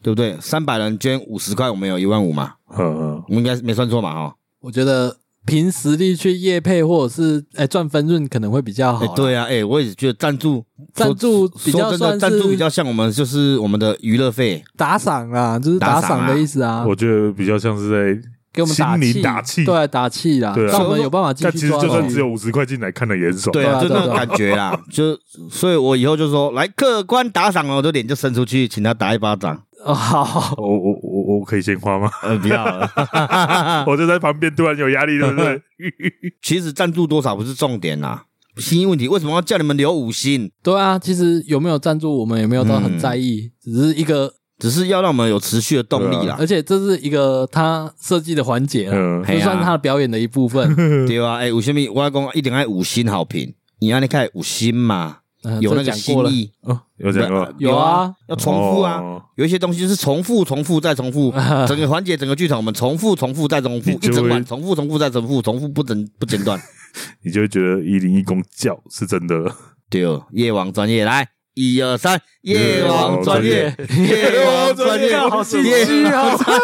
[SPEAKER 3] 对不对？三百人捐五十块，我们有一万五嘛，
[SPEAKER 2] 呃，
[SPEAKER 3] 我们应该是没算错嘛，哦哈。
[SPEAKER 1] 我觉得凭实力去业配或者是哎赚分润可能会比较好
[SPEAKER 3] 哎、
[SPEAKER 1] 啦。
[SPEAKER 3] 对啊，哎、我也觉得赞助
[SPEAKER 1] 赞助比较
[SPEAKER 3] 说真
[SPEAKER 1] 算
[SPEAKER 3] 的，
[SPEAKER 1] 是
[SPEAKER 3] 赞助比较像我们就是我们的娱乐费，
[SPEAKER 1] 打赏啦，就是
[SPEAKER 3] 打
[SPEAKER 1] 打
[SPEAKER 3] 赏
[SPEAKER 1] 赏
[SPEAKER 3] 啊
[SPEAKER 1] 的意思啊，
[SPEAKER 2] 我觉得比较像是在
[SPEAKER 1] 给我们打
[SPEAKER 2] 心
[SPEAKER 1] 气，
[SPEAKER 2] 灵打气
[SPEAKER 1] 对，打气啦，
[SPEAKER 2] 对啊
[SPEAKER 1] 让我们有办法继
[SPEAKER 2] 但其
[SPEAKER 1] 续
[SPEAKER 2] 实
[SPEAKER 1] 抓
[SPEAKER 2] 就算只
[SPEAKER 1] 下
[SPEAKER 2] 有
[SPEAKER 1] 去。
[SPEAKER 2] 五十块进来，看的也很爽。
[SPEAKER 3] 对啊，就
[SPEAKER 1] 对啊
[SPEAKER 3] 那种感 觉啦，就所以，我以后就说来客官打赏了，我的脸就伸出去，请他打一 巴掌。
[SPEAKER 1] 哦，好，
[SPEAKER 2] 我我我我可以鲜花吗？
[SPEAKER 3] 呃，不要了。
[SPEAKER 2] 我就在旁边，突然有压力，对不对？
[SPEAKER 3] 其实赞助多少不是重点啦，心意问题为什么要叫你们留五星？
[SPEAKER 1] 对啊，其实有没有赞助，我们也没有到
[SPEAKER 3] 嗯
[SPEAKER 1] 很在意，只是一个，
[SPEAKER 3] 只是要让我们有持续的动力啦
[SPEAKER 1] 而。且这是一个他设计的环
[SPEAKER 3] 啊
[SPEAKER 1] 节啦，
[SPEAKER 2] 嗯，
[SPEAKER 1] 就算是他的表演的一部 分。
[SPEAKER 3] 对啊，哎、有什么我要讲一定爱五星好评，你要你看五星嘛，
[SPEAKER 1] 嗯
[SPEAKER 3] 有
[SPEAKER 1] 这
[SPEAKER 3] 那个
[SPEAKER 1] 讲过
[SPEAKER 3] 心
[SPEAKER 1] 了，
[SPEAKER 3] 意。
[SPEAKER 2] 哦， 有讲过，
[SPEAKER 1] 有啊，
[SPEAKER 3] 要重复啊。
[SPEAKER 2] 哦
[SPEAKER 3] 有一些东西就是重复、重复再重 复，整个环节、整个剧场，我们重复、重复再重复，
[SPEAKER 2] 你
[SPEAKER 3] 一
[SPEAKER 2] 啊 就会
[SPEAKER 3] 整晚重复、重复再重复，重复不整不间断。
[SPEAKER 2] 你就会觉得一零一公教是真的了。
[SPEAKER 3] 对，哦夜王专业来，一二三，夜王专业，夜
[SPEAKER 2] 夜
[SPEAKER 3] 王
[SPEAKER 2] 王
[SPEAKER 3] 专
[SPEAKER 2] 专
[SPEAKER 3] 业，
[SPEAKER 2] 业
[SPEAKER 1] 好心虚
[SPEAKER 3] 夜王
[SPEAKER 1] 啊！
[SPEAKER 3] 专业！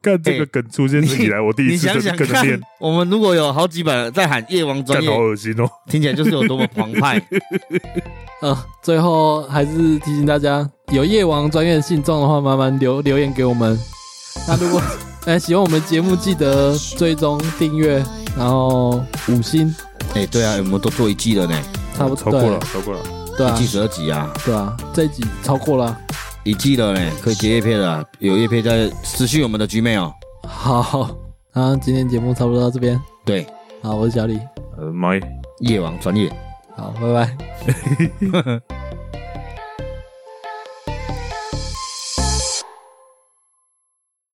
[SPEAKER 2] 干这个梗出现以来，我第一
[SPEAKER 3] 哎你
[SPEAKER 2] 次
[SPEAKER 3] 想
[SPEAKER 2] 真
[SPEAKER 3] 想
[SPEAKER 2] 的跟着
[SPEAKER 3] 看
[SPEAKER 2] 念，，
[SPEAKER 3] 我们如果有好几百人在喊夜王专
[SPEAKER 2] 干
[SPEAKER 3] 业
[SPEAKER 2] 好，恶心哦。
[SPEAKER 3] 听起来就是有多么澎 湃。
[SPEAKER 1] 嗯，最后还是提醒大家，有夜王专业的信众的话，麻烦留留言给我们。那如果 哎喜欢我们节目，记得追踪订阅，然后五星，
[SPEAKER 3] 哎，对啊，我们都做一季了呢，
[SPEAKER 1] 差不
[SPEAKER 2] 超
[SPEAKER 1] 多
[SPEAKER 2] 过了，超过了。
[SPEAKER 1] 对啊
[SPEAKER 3] 一季，十二集啊，
[SPEAKER 1] 对啊，这一集超过了。
[SPEAKER 3] 一季了呢，可以接叶片了啊，有叶片在持续我们的局妹哦。
[SPEAKER 1] 好，那今天节目差不多到这边。
[SPEAKER 3] 对，
[SPEAKER 1] 好，我是小李。
[SPEAKER 2] 呃，妈耶！
[SPEAKER 3] 夜王专业。
[SPEAKER 1] 好，拜拜。